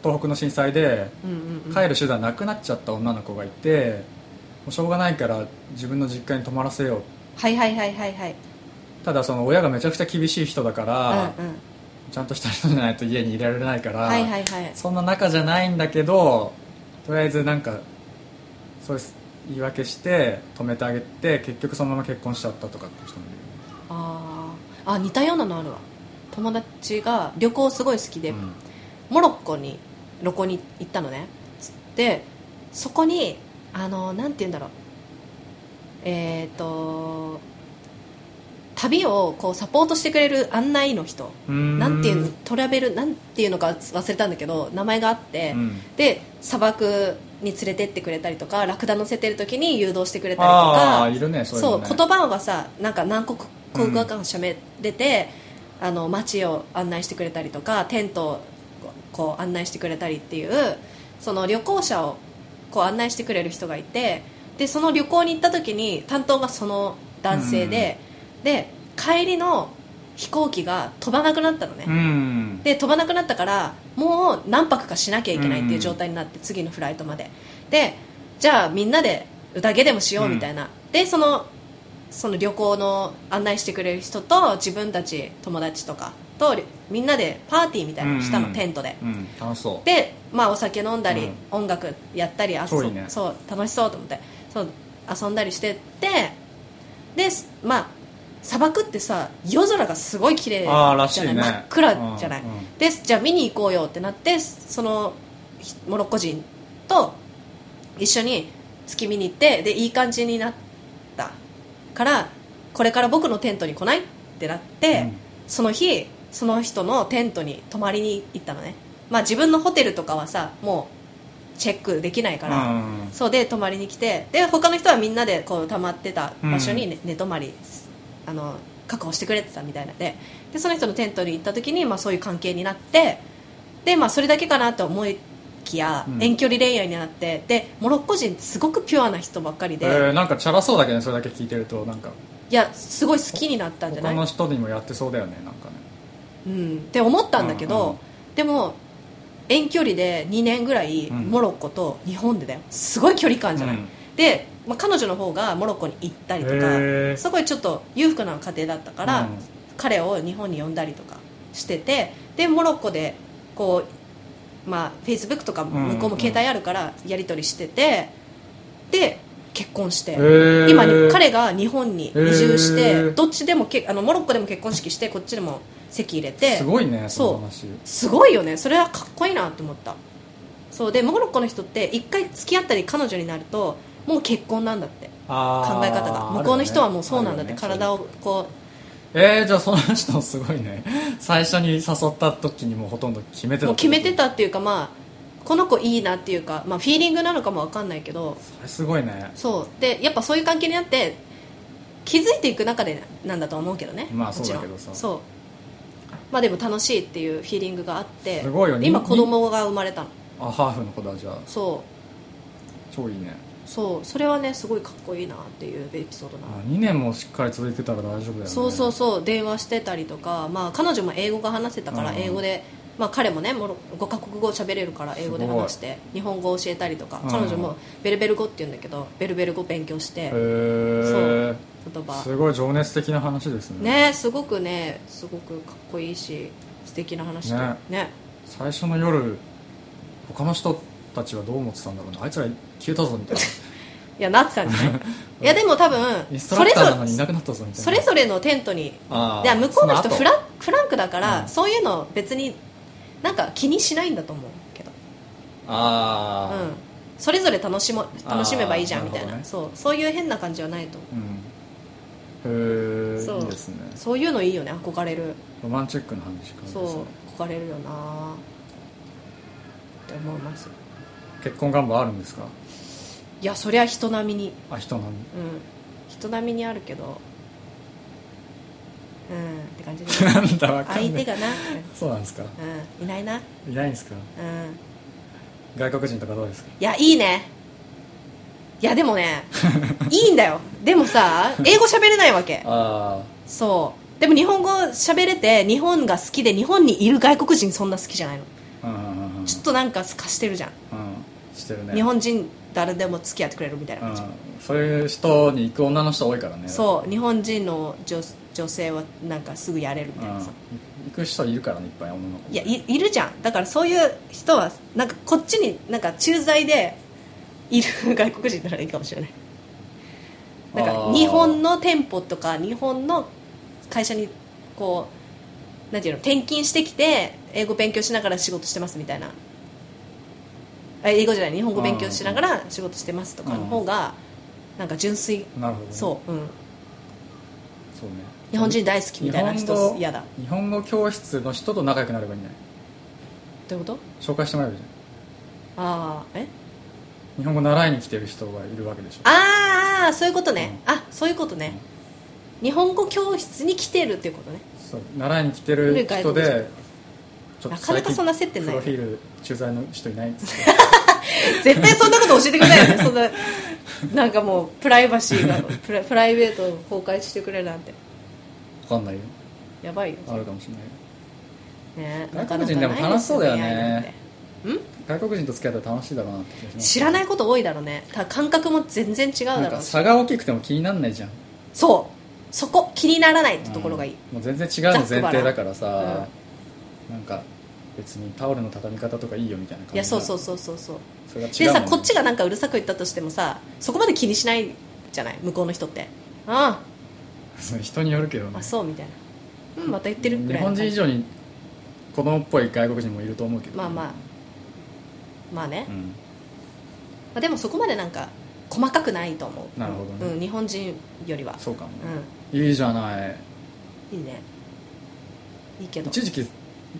[SPEAKER 1] 東北の震災で
[SPEAKER 2] うんうんうん
[SPEAKER 1] 帰る手段なくなっちゃった女の子がいて、もうしょうがないから自分の実家に泊まらせよう
[SPEAKER 2] はいはいはいはいはい
[SPEAKER 1] ただその親がめちゃくちゃ厳しい人だから、
[SPEAKER 2] うんうん
[SPEAKER 1] ちゃんとした人じゃないと家に入れられないから、
[SPEAKER 2] はいはいはい
[SPEAKER 1] そんな仲じゃないんだけどとりあえずなんかそういう言い訳して止めてあげて結局そのまま結婚しちゃったとかって人もいるよね
[SPEAKER 2] あーあ似たようなのあるわ友達が旅行すごい好きで、
[SPEAKER 1] うん
[SPEAKER 2] モロッコに旅行に行ったのねつってそこにあのなんて言うんだろうえっ、と旅をこうサポートしてくれる案内の人
[SPEAKER 1] うーん
[SPEAKER 2] なんていうのトラベルなんていうのか忘れたんだけど名前があって、
[SPEAKER 1] うん
[SPEAKER 2] で砂漠に連れてってくれたりとかラクダ乗せてる時に誘導してくれたりと
[SPEAKER 1] あ
[SPEAKER 2] か
[SPEAKER 1] あいるねそういう
[SPEAKER 2] そ
[SPEAKER 1] の
[SPEAKER 2] う
[SPEAKER 1] ね
[SPEAKER 2] 言葉はさなんか何国語かしゃべれて、あの街を案内してくれたりとかテントをこう案内してくれたりっていうその旅行者をこう案内してくれる人がいてでその旅行に行った時に担当がその男性で、で帰りの飛行機が飛ばなくなったのね、
[SPEAKER 1] うん
[SPEAKER 2] で飛ばなくなったからもう何泊かしなきゃいけないっていう状態になって、次のフライトまででじゃあみんなで宴でもしようみたいな、でそのその旅行の案内してくれる人と自分たち友達とかとみんなでパーティーみたいなのしたの、
[SPEAKER 1] うん
[SPEAKER 2] テントで
[SPEAKER 1] うん楽しそう
[SPEAKER 2] で、まあ、お酒飲んだり、
[SPEAKER 1] うん
[SPEAKER 2] 音楽やったりあ
[SPEAKER 1] 遠
[SPEAKER 2] そ
[SPEAKER 1] いうね
[SPEAKER 2] そう楽しそうと思ってそう遊んだりしてってですまあ砂漠ってさ夜空がすごい綺麗じ
[SPEAKER 1] あーらし
[SPEAKER 2] ゃ
[SPEAKER 1] い
[SPEAKER 2] ない
[SPEAKER 1] ね
[SPEAKER 2] 真っ暗じゃない、
[SPEAKER 1] うんうん
[SPEAKER 2] でじゃあ見に行こうよってなってそのひモロッコ人と一緒に月見に行ってでいい感じになったからこれから僕のテントに来ないってなって、
[SPEAKER 1] うん
[SPEAKER 2] その日その人のテントに泊まりに行ったのね、まあ、自分のホテルとかはさもうチェックできないか、
[SPEAKER 1] からうん
[SPEAKER 2] そうで泊まりに来てで他の人はみんなでこう泊まってた場所にね寝泊まりあの確保してくれてたみたいなのででその人のテントに行った時に、まあ、そういう関係になってで、まあ、それだけかなと思いきや、
[SPEAKER 1] うん
[SPEAKER 2] 遠距離恋愛になってでモロッコ人ってすごくピュアな人ばっかり
[SPEAKER 1] え
[SPEAKER 2] で、
[SPEAKER 1] ー、なんかチャラそうだけどねそれだけ聞いてるとなんか
[SPEAKER 2] いやすごい好きになったんじゃな
[SPEAKER 1] 他
[SPEAKER 2] い
[SPEAKER 1] の人にもやってそうだよねなんかね
[SPEAKER 2] うん、って思ったんだけど、
[SPEAKER 1] うんうん
[SPEAKER 2] でも遠距離で2年ぐらい
[SPEAKER 1] うん
[SPEAKER 2] モロッコと日本でだよすごい距離感じゃない、
[SPEAKER 1] うん
[SPEAKER 2] で、まあ、彼女の方がモロッコに行ったりと
[SPEAKER 1] へ
[SPEAKER 2] か
[SPEAKER 1] ー
[SPEAKER 2] すごいちょっと裕福な家庭だったから、
[SPEAKER 1] うん
[SPEAKER 2] 彼を日本に呼んだりとかしててでモロッコでこうまあフェイスブックとか
[SPEAKER 1] うんうん
[SPEAKER 2] 向こうも携帯あるからやり取りしててで結婚して、
[SPEAKER 1] ー
[SPEAKER 2] 今に彼が日本に移住して、
[SPEAKER 1] へー
[SPEAKER 2] どっちでもけあのモロッコでも結婚式してこっちでも籍入れて
[SPEAKER 1] すごいね
[SPEAKER 2] そう
[SPEAKER 1] その話
[SPEAKER 2] すごいよねそれはかっこいいなって思ったそうでモロッコの人って一回付き合ったり彼女になるともう結婚なんだって考
[SPEAKER 1] 考
[SPEAKER 2] え方が向こうの人はもうそうなんだって、体
[SPEAKER 1] を
[SPEAKER 2] をこ
[SPEAKER 1] えー、じゃあその人もすごいね 最初に誘った時にもうほとんど決めて
[SPEAKER 2] う
[SPEAKER 1] た
[SPEAKER 2] もう決めて
[SPEAKER 1] た
[SPEAKER 2] たっていうかまあこの子いいなっていうか、まあ、フィーリングなのかもわかんないけど
[SPEAKER 1] それすごいね
[SPEAKER 2] そうでやっぱそういう関係になって気づいていく中でなんだとは思うけどね
[SPEAKER 1] まあ
[SPEAKER 2] もち
[SPEAKER 1] そ
[SPEAKER 2] ろん
[SPEAKER 1] うだけどさ
[SPEAKER 2] そうまあでも楽しいっていうフィーリングがあって
[SPEAKER 1] すごいよね
[SPEAKER 2] 今子供が生まれたの
[SPEAKER 1] あハーフの子だじゃあ
[SPEAKER 2] そう
[SPEAKER 1] 超いいね
[SPEAKER 2] そうそれはねすごいかっこいいなっていうエピソードなの
[SPEAKER 1] あ2年もしっかり続いてたら大丈夫だよね
[SPEAKER 2] そうそうそう電話してたりとか、まあ、彼女も英語が話せたから
[SPEAKER 1] うん
[SPEAKER 2] 英語で、まあ、彼もねもろ5カ国語喋れるから英語です
[SPEAKER 1] ごい
[SPEAKER 2] 話して日本語を教えたりとか
[SPEAKER 1] うん
[SPEAKER 2] 彼女もベルベル語って言うんだけどベルベル語勉強して
[SPEAKER 1] へえ
[SPEAKER 2] 言葉
[SPEAKER 1] すごい情熱的な話ですね
[SPEAKER 2] ねすごくねすごくかっこいいし素敵な話でね
[SPEAKER 1] ね最初の夜他の人たちはどう思ってたんだろうねあいつら消えたぞみたい な
[SPEAKER 2] いやなってたんじゃ ないいやでも多
[SPEAKER 1] イ
[SPEAKER 2] 分
[SPEAKER 1] ンスト
[SPEAKER 2] そ
[SPEAKER 1] ラ
[SPEAKER 2] れ
[SPEAKER 1] クターな
[SPEAKER 2] ぞ
[SPEAKER 1] のにいなくなったぞみたいな
[SPEAKER 2] それぞれのテントに
[SPEAKER 1] あ
[SPEAKER 2] いや向こうの人フ
[SPEAKER 1] ッ
[SPEAKER 2] ラフランクだから、
[SPEAKER 1] うん
[SPEAKER 2] そういうの別になんか気にしないんだと思うけど
[SPEAKER 1] あ
[SPEAKER 2] うん、それぞれ楽しも楽しめばいいじゃん
[SPEAKER 1] あー
[SPEAKER 2] みたいな
[SPEAKER 1] なるほどね
[SPEAKER 2] そうそういう変な感じはないと思
[SPEAKER 1] あうんへ
[SPEAKER 2] そ
[SPEAKER 1] え
[SPEAKER 2] う
[SPEAKER 1] いいですね
[SPEAKER 2] うそういうのいいよね憧れる
[SPEAKER 1] ロマンチックな話かです
[SPEAKER 2] そ
[SPEAKER 1] ね
[SPEAKER 2] う憧れるよなって思います
[SPEAKER 1] 結婚願望あるんですか
[SPEAKER 2] いやそりゃ人並みに
[SPEAKER 1] あ人なんで
[SPEAKER 2] うん人並みにあるけどうんって感じで
[SPEAKER 1] なんだわかんない
[SPEAKER 2] 相手がな、
[SPEAKER 1] そうなんですか
[SPEAKER 2] うん、いないな、
[SPEAKER 1] いないんですか
[SPEAKER 2] うん、
[SPEAKER 1] 外国人とかどうですか
[SPEAKER 2] いやいいねいやで もねいいんだよでもさ英語喋れないわけ
[SPEAKER 1] あ
[SPEAKER 2] そうでも日本語喋れて日本が好きで日本にいる外国人そんな好きじゃないの
[SPEAKER 1] あうんうんうんうんうん
[SPEAKER 2] ちょっとなんかすかしてるじゃん、
[SPEAKER 1] してるね
[SPEAKER 2] 日本人誰でも付き合ってくれるみたいな
[SPEAKER 1] う
[SPEAKER 2] 感じ、
[SPEAKER 1] んそういう人に行く女の人多いからね
[SPEAKER 2] そう日本人の女女性はなんかすぐやれるみ
[SPEAKER 1] う
[SPEAKER 2] たい
[SPEAKER 1] ん
[SPEAKER 2] な
[SPEAKER 1] 行
[SPEAKER 2] さ、
[SPEAKER 1] く人いるからねいっぱい女の子
[SPEAKER 2] いやいいるじゃんだからそういう人はなんかこっちになんか駐在でいる 外国人ならいいかもしれないなん
[SPEAKER 1] あ
[SPEAKER 2] か
[SPEAKER 1] ー
[SPEAKER 2] 日本の店舗とか日本の会社にこうなんていうの転勤してきて英語勉強しながら仕事してますみたいなあ英語じゃない日本語勉強しながら仕事してますとかの方がなんか純粋
[SPEAKER 1] なるほどね
[SPEAKER 2] そう、うん、
[SPEAKER 1] そうね
[SPEAKER 2] 日本人大好きみたいな
[SPEAKER 1] 日本
[SPEAKER 2] 人
[SPEAKER 1] 語
[SPEAKER 2] 嫌だっ
[SPEAKER 1] 日本語教室の人と仲良くなればいいんじゃない
[SPEAKER 2] てこと
[SPEAKER 1] 紹介してもらえばいいじゃん
[SPEAKER 2] ああえ
[SPEAKER 1] 日本語習いに来てる人がいるわけでしょ
[SPEAKER 2] ああそういうことね、あそういうことね、日本語教室に来てるっていうことね
[SPEAKER 1] そう習いに来てる人
[SPEAKER 2] 来る
[SPEAKER 1] でち
[SPEAKER 2] なかなかそんな接点な
[SPEAKER 1] プ
[SPEAKER 2] い
[SPEAKER 1] ロフィール駐在の人いないっ つって
[SPEAKER 2] 絶対そんなこと教えてくれない よねそんななんかもうプライバシーがプラプライベートを公開してくれなんて
[SPEAKER 1] 分かんないよ
[SPEAKER 2] やばいよ
[SPEAKER 1] あるかもしれないよ
[SPEAKER 2] ね
[SPEAKER 1] 外国人でも楽しそうだよね
[SPEAKER 2] なかなかないですよね
[SPEAKER 1] 外国人と付き合ったら楽しいだろうなって気がし
[SPEAKER 2] ん
[SPEAKER 1] ます
[SPEAKER 2] 知らないこと多いだろうねた感覚も全然違う
[SPEAKER 1] な
[SPEAKER 2] だ
[SPEAKER 1] ん
[SPEAKER 2] ろ
[SPEAKER 1] か
[SPEAKER 2] うし
[SPEAKER 1] 差が大きくても気にならないじゃん
[SPEAKER 2] そうそこ気にならないってところがいい、
[SPEAKER 1] うんもう全然違うの前提だからさ、なんか別にタオルの畳み方とかいいよみたいな感じ
[SPEAKER 2] いやそうそう
[SPEAKER 1] そ
[SPEAKER 2] そうそうそ
[SPEAKER 1] れ
[SPEAKER 2] う
[SPEAKER 1] が違う
[SPEAKER 2] で
[SPEAKER 1] もん
[SPEAKER 2] さ
[SPEAKER 1] ね
[SPEAKER 2] こっちがなんかうるさく言ったとしてもさそこまで気にしないじゃない向こうの人ってあ
[SPEAKER 1] そう 人によるけどね
[SPEAKER 2] ああそうみたいなうんまた言ってるぐ
[SPEAKER 1] 日
[SPEAKER 2] らいな
[SPEAKER 1] 本
[SPEAKER 2] 感じ
[SPEAKER 1] 人以上に子供っぽい外国人もいると思うけどね、
[SPEAKER 2] まあまあまあね、
[SPEAKER 1] う
[SPEAKER 2] ま
[SPEAKER 1] ん
[SPEAKER 2] あ、でもそこまでなんか細かくないと思う
[SPEAKER 1] なるほどね
[SPEAKER 2] うん、日本人よりは
[SPEAKER 1] そうかもね、
[SPEAKER 2] う
[SPEAKER 1] いいじゃない
[SPEAKER 2] んいいねいいけど
[SPEAKER 1] 一時期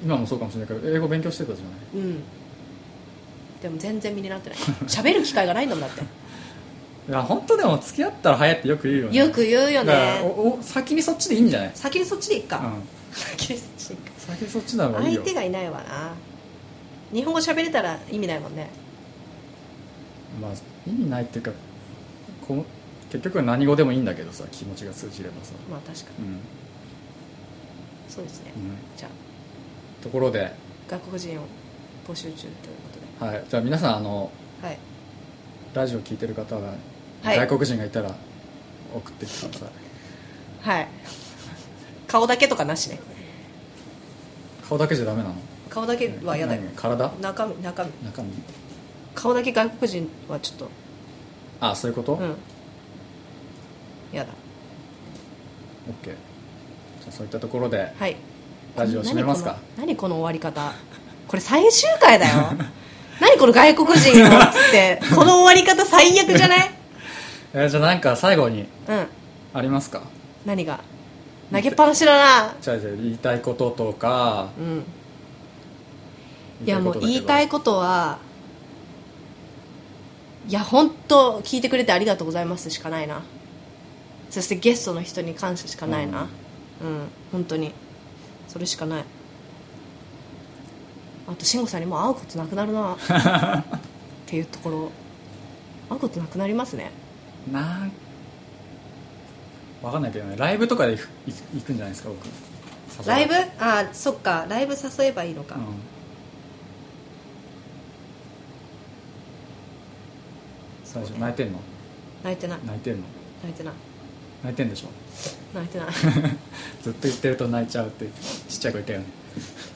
[SPEAKER 1] 今もそうかもしれないけど英語勉強してたじゃない
[SPEAKER 2] うんでも全然身になってない喋る機会がないん だもんだって
[SPEAKER 1] いや本当でも付き合ったら早いってよく言うよね
[SPEAKER 2] よく言うよ
[SPEAKER 1] だから
[SPEAKER 2] ね
[SPEAKER 1] おお先にそっちでいいんじゃない、
[SPEAKER 2] 先にそっちでいっ
[SPEAKER 1] う
[SPEAKER 2] か、
[SPEAKER 1] ん、
[SPEAKER 2] 先にそっちでいっか
[SPEAKER 1] 先にそっちならいい
[SPEAKER 2] 相
[SPEAKER 1] よ
[SPEAKER 2] 手がいないわな日本語喋れたら意味ないもんね
[SPEAKER 1] まあ意味ないっていうかこう結局は何語でもいいんだけどさ気持ちが通じればさ、
[SPEAKER 2] まあ確かに
[SPEAKER 1] うんうん
[SPEAKER 2] そうですね、じゃあ
[SPEAKER 1] ところで、
[SPEAKER 2] 外国人を募集中ということ
[SPEAKER 1] はい、じゃあ皆さんあの
[SPEAKER 2] ではい
[SPEAKER 1] ラジオ聞いてる方は
[SPEAKER 2] はい
[SPEAKER 1] 外国人がいたら送ってきてください
[SPEAKER 2] はい顔だけとかなしね
[SPEAKER 1] 顔だけじゃダメなの
[SPEAKER 2] 顔だけは嫌だよ
[SPEAKER 1] 何体
[SPEAKER 2] 中身中身
[SPEAKER 1] 中身
[SPEAKER 2] 顔だけ外国人はちょっと
[SPEAKER 1] あそういうこと、
[SPEAKER 2] うん嫌だ
[SPEAKER 1] OK じゃあそういったところで
[SPEAKER 2] はい
[SPEAKER 1] ラジオ閉めますか
[SPEAKER 2] 何この何この終わり方これ最終回だよ 何この外国人のっつってこの終わり方最悪じゃない
[SPEAKER 1] えーじゃあなんか最後に
[SPEAKER 2] うん
[SPEAKER 1] ありますか
[SPEAKER 2] 何が投げっぱなしだな
[SPEAKER 1] じゃあじゃあ言いたいこととか
[SPEAKER 2] うんいやもう言いたい
[SPEAKER 1] こ
[SPEAKER 2] ことはいや本当聞いてくれてありがとうございますしかないなそしてゲストの人に感謝しかないなうん、本当にそれしかないあと慎吾さんにもう会うことなくなる なっていうところ会うことなくなりますね
[SPEAKER 1] とだけどなんわかんないけどねライブとかで行く行くんじゃないですか僕誘わ
[SPEAKER 2] ラ
[SPEAKER 1] れ
[SPEAKER 2] イブあそっかライブ誘えばいいのか、
[SPEAKER 1] うん最初泣いてんの
[SPEAKER 2] 泣いてない
[SPEAKER 1] 泣いてんの
[SPEAKER 2] 泣いてない
[SPEAKER 1] 泣いてんでしょ
[SPEAKER 2] 泣いてない
[SPEAKER 1] ずっと言ってると泣いちゃうってちっちゃい子いたよね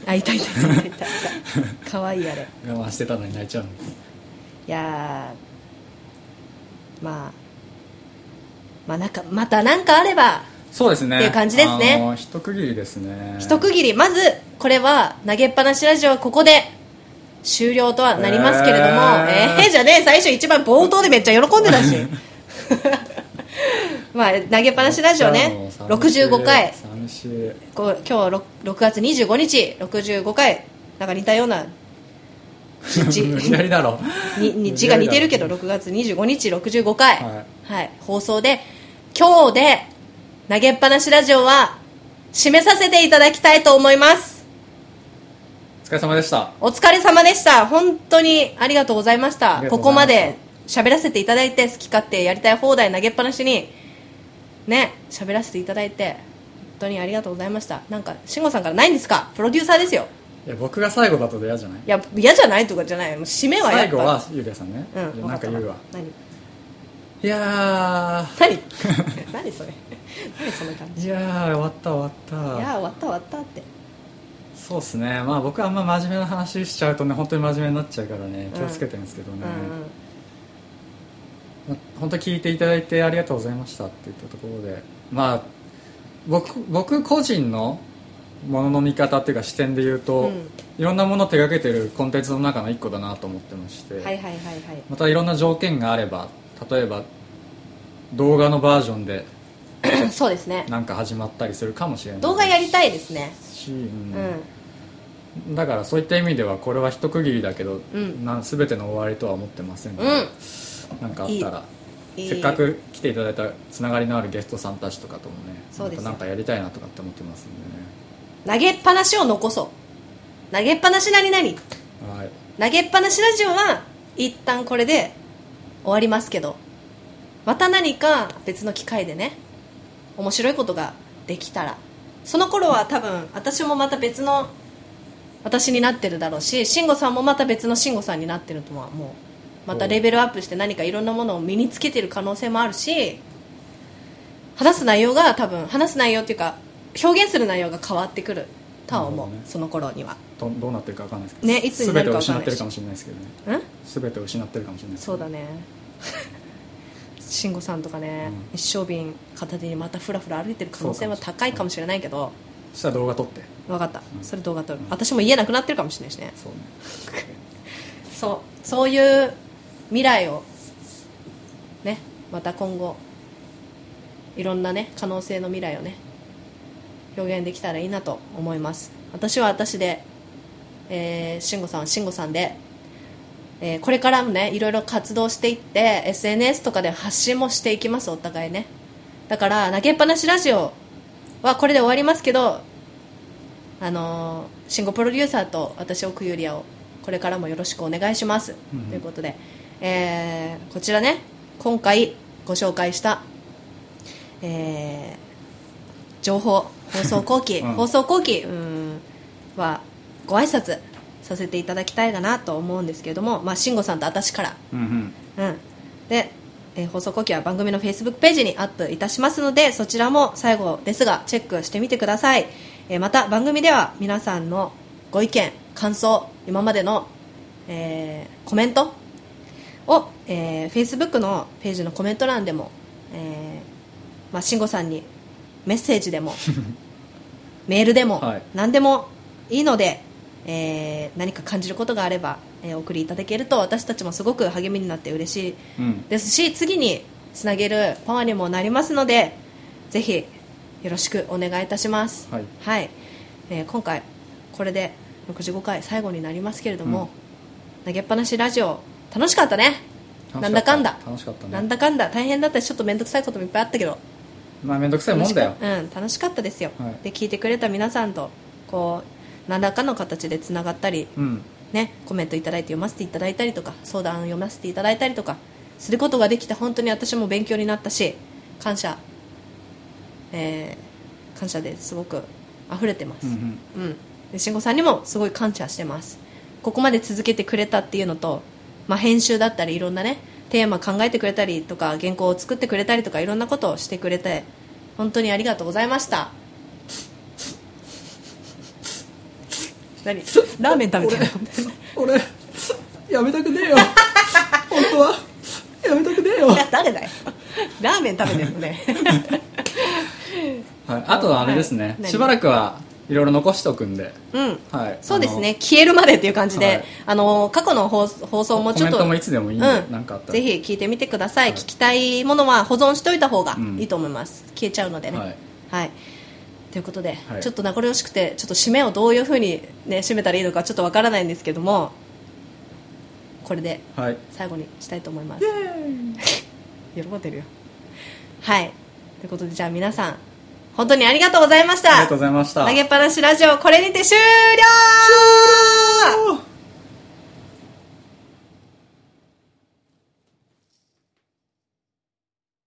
[SPEAKER 2] あいたいたいたいたい たかわいいあれ
[SPEAKER 1] 我慢してたのに泣いちゃうの
[SPEAKER 2] いやーまあまあなんかまた何かあれば
[SPEAKER 1] そうですね
[SPEAKER 2] っていう感じですね
[SPEAKER 1] あの一区切りですね
[SPEAKER 2] 一区切りまずこれは投げっぱなしラジオはここで終了とはなりますけれども
[SPEAKER 1] え
[SPEAKER 2] え
[SPEAKER 1] ー
[SPEAKER 2] ー、じゃねえ最初一番冒頭でめっちゃ喜んで たし まあ投げっぱなしラジオね
[SPEAKER 1] 寂しい
[SPEAKER 2] 65回
[SPEAKER 1] 寂しい
[SPEAKER 2] こう今日 6, 6月25日65回なんか似たような日
[SPEAKER 1] 無理やりだろ
[SPEAKER 2] に日が似てるけど6月25日65回、
[SPEAKER 1] は
[SPEAKER 2] はい放送で今日で投げっぱなしラジオは締めさせていただきたいと思います
[SPEAKER 1] お疲れ様でした
[SPEAKER 2] お疲れ様でした本当にありがとうございまし
[SPEAKER 1] あ
[SPEAKER 2] た
[SPEAKER 1] りがとう
[SPEAKER 2] こ
[SPEAKER 1] ござ
[SPEAKER 2] こ
[SPEAKER 1] いま
[SPEAKER 2] ま
[SPEAKER 1] した
[SPEAKER 2] で喋らせていただいて好き勝手やりたい放題投げっぱなしにね喋らせていただいて本当にありがとうございましたなんか慎吾さんからないんですかプロデューサーですよ
[SPEAKER 1] いや僕が最後だと嫌じゃない
[SPEAKER 2] いや嫌じゃないとかじゃないもう締めはやっ
[SPEAKER 1] 最
[SPEAKER 2] ぱ
[SPEAKER 1] 後はゆりやさんね、
[SPEAKER 2] うん
[SPEAKER 1] なんか言うわ
[SPEAKER 2] わった何
[SPEAKER 1] いや
[SPEAKER 2] 何何それ何その感
[SPEAKER 1] ー
[SPEAKER 2] じい
[SPEAKER 1] いやー終わった終わった
[SPEAKER 2] や終わった終わったって
[SPEAKER 1] そうですねまあ僕はあんま真面目な話しちゃうとね本当に真面目になっちゃうからね気をつけてるんですけど
[SPEAKER 2] うん
[SPEAKER 1] ね、
[SPEAKER 2] うん
[SPEAKER 1] まあ本当聞いていただいてありがとうございましたって言ったところでまあ僕僕個人のものの見方っていうか視点で言うと、
[SPEAKER 2] うん
[SPEAKER 1] いろんなものを手掛けてるコンテンツの中の一個だなと思ってまして、
[SPEAKER 2] はいはいはいはい
[SPEAKER 1] またいろんな条件があれば例えば動画のバージョンで
[SPEAKER 2] うん そうですね
[SPEAKER 1] なんか始まったりするかもしれない
[SPEAKER 2] 動画やりたいですね
[SPEAKER 1] し、
[SPEAKER 2] う
[SPEAKER 1] うん
[SPEAKER 2] ん
[SPEAKER 1] だからそういった意味ではこれは一区切りだけど、
[SPEAKER 2] うん
[SPEAKER 1] なん全ての終わりとは思ってませんが、
[SPEAKER 2] うん
[SPEAKER 1] なんかあったら
[SPEAKER 2] いい
[SPEAKER 1] せっかく来ていただいたつながりのあるゲストさんたちとかともね
[SPEAKER 2] そうですよ
[SPEAKER 1] またなんかやりたいなとかって思ってますんでね
[SPEAKER 2] 投げっぱなしを残そう投げっぱなし何々
[SPEAKER 1] はい
[SPEAKER 2] 投げっぱなしラジオは一旦これで終わりますけどまた何か別の機会でね面白いことができたらその頃は多分私もまた別の私になってるだろうし慎吾さんもまた別の慎吾さんになってるとはもうまたレベルアップして何かいろんなものを身につけてる可能性もあるし話す内容が多分話す内容っていうか表現する内容が変わってくるとは思う、
[SPEAKER 1] なるほどね
[SPEAKER 2] その頃には
[SPEAKER 1] どどうなってるかわかんないですけど
[SPEAKER 2] ねいつになるかわかんな
[SPEAKER 1] 全てを失っ
[SPEAKER 2] いし
[SPEAKER 1] てるかもしれないですけどね
[SPEAKER 2] うん
[SPEAKER 1] 全てを失ってるかもしれないですけ
[SPEAKER 2] そう
[SPEAKER 1] ど
[SPEAKER 2] だね慎吾さんとかね、
[SPEAKER 1] うん
[SPEAKER 2] 一生瓶片手にまたふらふら歩いてる可能性は
[SPEAKER 1] そうかもしれない
[SPEAKER 2] 高いかもしれないけど
[SPEAKER 1] そしたら動画撮って
[SPEAKER 2] 分かった
[SPEAKER 1] うん
[SPEAKER 2] それ動画撮る、
[SPEAKER 1] うん
[SPEAKER 2] 私も家なくなってるかもしれないしね
[SPEAKER 1] そうね
[SPEAKER 2] そうそういう未来をねまた今後いろんなね可能性の未来をね表現できたらいいなと思います私は私で、えー、慎吾さんは慎吾さんで、えーこれからもねいろいろ活動していって SNS とかで発信もしていきますお互いねだから投げっぱなしラジオはこれで終わりますけどあのー慎吾プロデューサーと私奥ゆりやをこれからもよろしくお願いします、
[SPEAKER 1] うんうん
[SPEAKER 2] ということで、えーこちらね今回ご紹介した、えー情報放送後期、
[SPEAKER 1] うん
[SPEAKER 2] 放送後期うんはご挨拶させていただきたいかなと思うんですけれども、まあ、慎吾さんと私から
[SPEAKER 1] うんうん
[SPEAKER 2] うん、でえー放送後期は番組の Facebook ページにアップいたしますのでそちらも最後ですがチェックしてみてください、えーまた番組では皆さんのご意見感想今までの、えーコメントを、えー Facebook のページのコメント欄でも、えーまあ、慎吾さんにメッセージ でもメールでも、
[SPEAKER 1] はい
[SPEAKER 2] 何でもいいので、えー何か感じることがあれば、えーお送りいただけると私たちもすごく励みになって嬉しい
[SPEAKER 1] うん
[SPEAKER 2] ですし次につなげるパワーにもなりますのでぜひよろしくお願いいたします、
[SPEAKER 1] はい
[SPEAKER 2] えー今回これで65回最後になりますけれども、投げっぱなしラジオ楽しかったねなんだかんだ
[SPEAKER 1] 楽しかった
[SPEAKER 2] な
[SPEAKER 1] ね
[SPEAKER 2] んだかんだ大変だったしちょっと面倒くさいこともいっぱいあったけど
[SPEAKER 1] まあ面倒くさいもんだよ
[SPEAKER 2] 楽しかうん、楽しかったですよ、
[SPEAKER 1] はい
[SPEAKER 2] で聞いてくれた皆さんとこう何らかの形でつながったり、
[SPEAKER 1] うん
[SPEAKER 2] ね、コメントいただいて読ませていただいたりとか相談を読ませていただいたりとかすることができて本当に私も勉強になったし感謝、えー感謝ですごく溢れてます、
[SPEAKER 1] うんうん
[SPEAKER 2] うん、で慎吾さんにもすごい感謝してますここまで続けてくれたっていうのと、まあ、編集だったりいろんなねテーマ考えてくれたりとか原稿を作ってくれたりとかいろんなことをしてくれて本当にありがとうございました何ラーメン食べてる
[SPEAKER 1] 俺やめたくねえよ本当はやめたくねえよ
[SPEAKER 2] いや誰だよラーメン食べてるのね
[SPEAKER 1] はい、あとはあれです
[SPEAKER 2] はい
[SPEAKER 1] ね、
[SPEAKER 2] 何
[SPEAKER 1] しばらくはいろいろ残しておくんで、
[SPEAKER 2] うん
[SPEAKER 1] はい、
[SPEAKER 2] そうです
[SPEAKER 1] あ
[SPEAKER 2] ね消えるまでっていう感じで、
[SPEAKER 1] はい
[SPEAKER 2] あの過去の放放送
[SPEAKER 1] の。
[SPEAKER 2] も
[SPEAKER 1] コ
[SPEAKER 2] ちょ
[SPEAKER 1] メン
[SPEAKER 2] っと
[SPEAKER 1] トもいつでもいいんで、
[SPEAKER 2] うん、
[SPEAKER 1] なんかあったら
[SPEAKER 2] ぜひ聞いてみてください、聞きたいものは保存しておいた方が
[SPEAKER 1] うん
[SPEAKER 2] いいと思います、消えちゃうのでねは
[SPEAKER 1] はいい、
[SPEAKER 2] ということで、
[SPEAKER 1] はい
[SPEAKER 2] ちょっと名残惜しくてちょっと締めをどういうふうに、ね、締めたらいいのかちょっとわからないんですけどもこれで
[SPEAKER 1] はい
[SPEAKER 2] 最後にしたいと思います喜んでるよはいということでじゃあ皆さん本当にありがとうございま
[SPEAKER 1] あり
[SPEAKER 2] した
[SPEAKER 1] がとうございました
[SPEAKER 2] 投げっぱなしラジオこれにて終了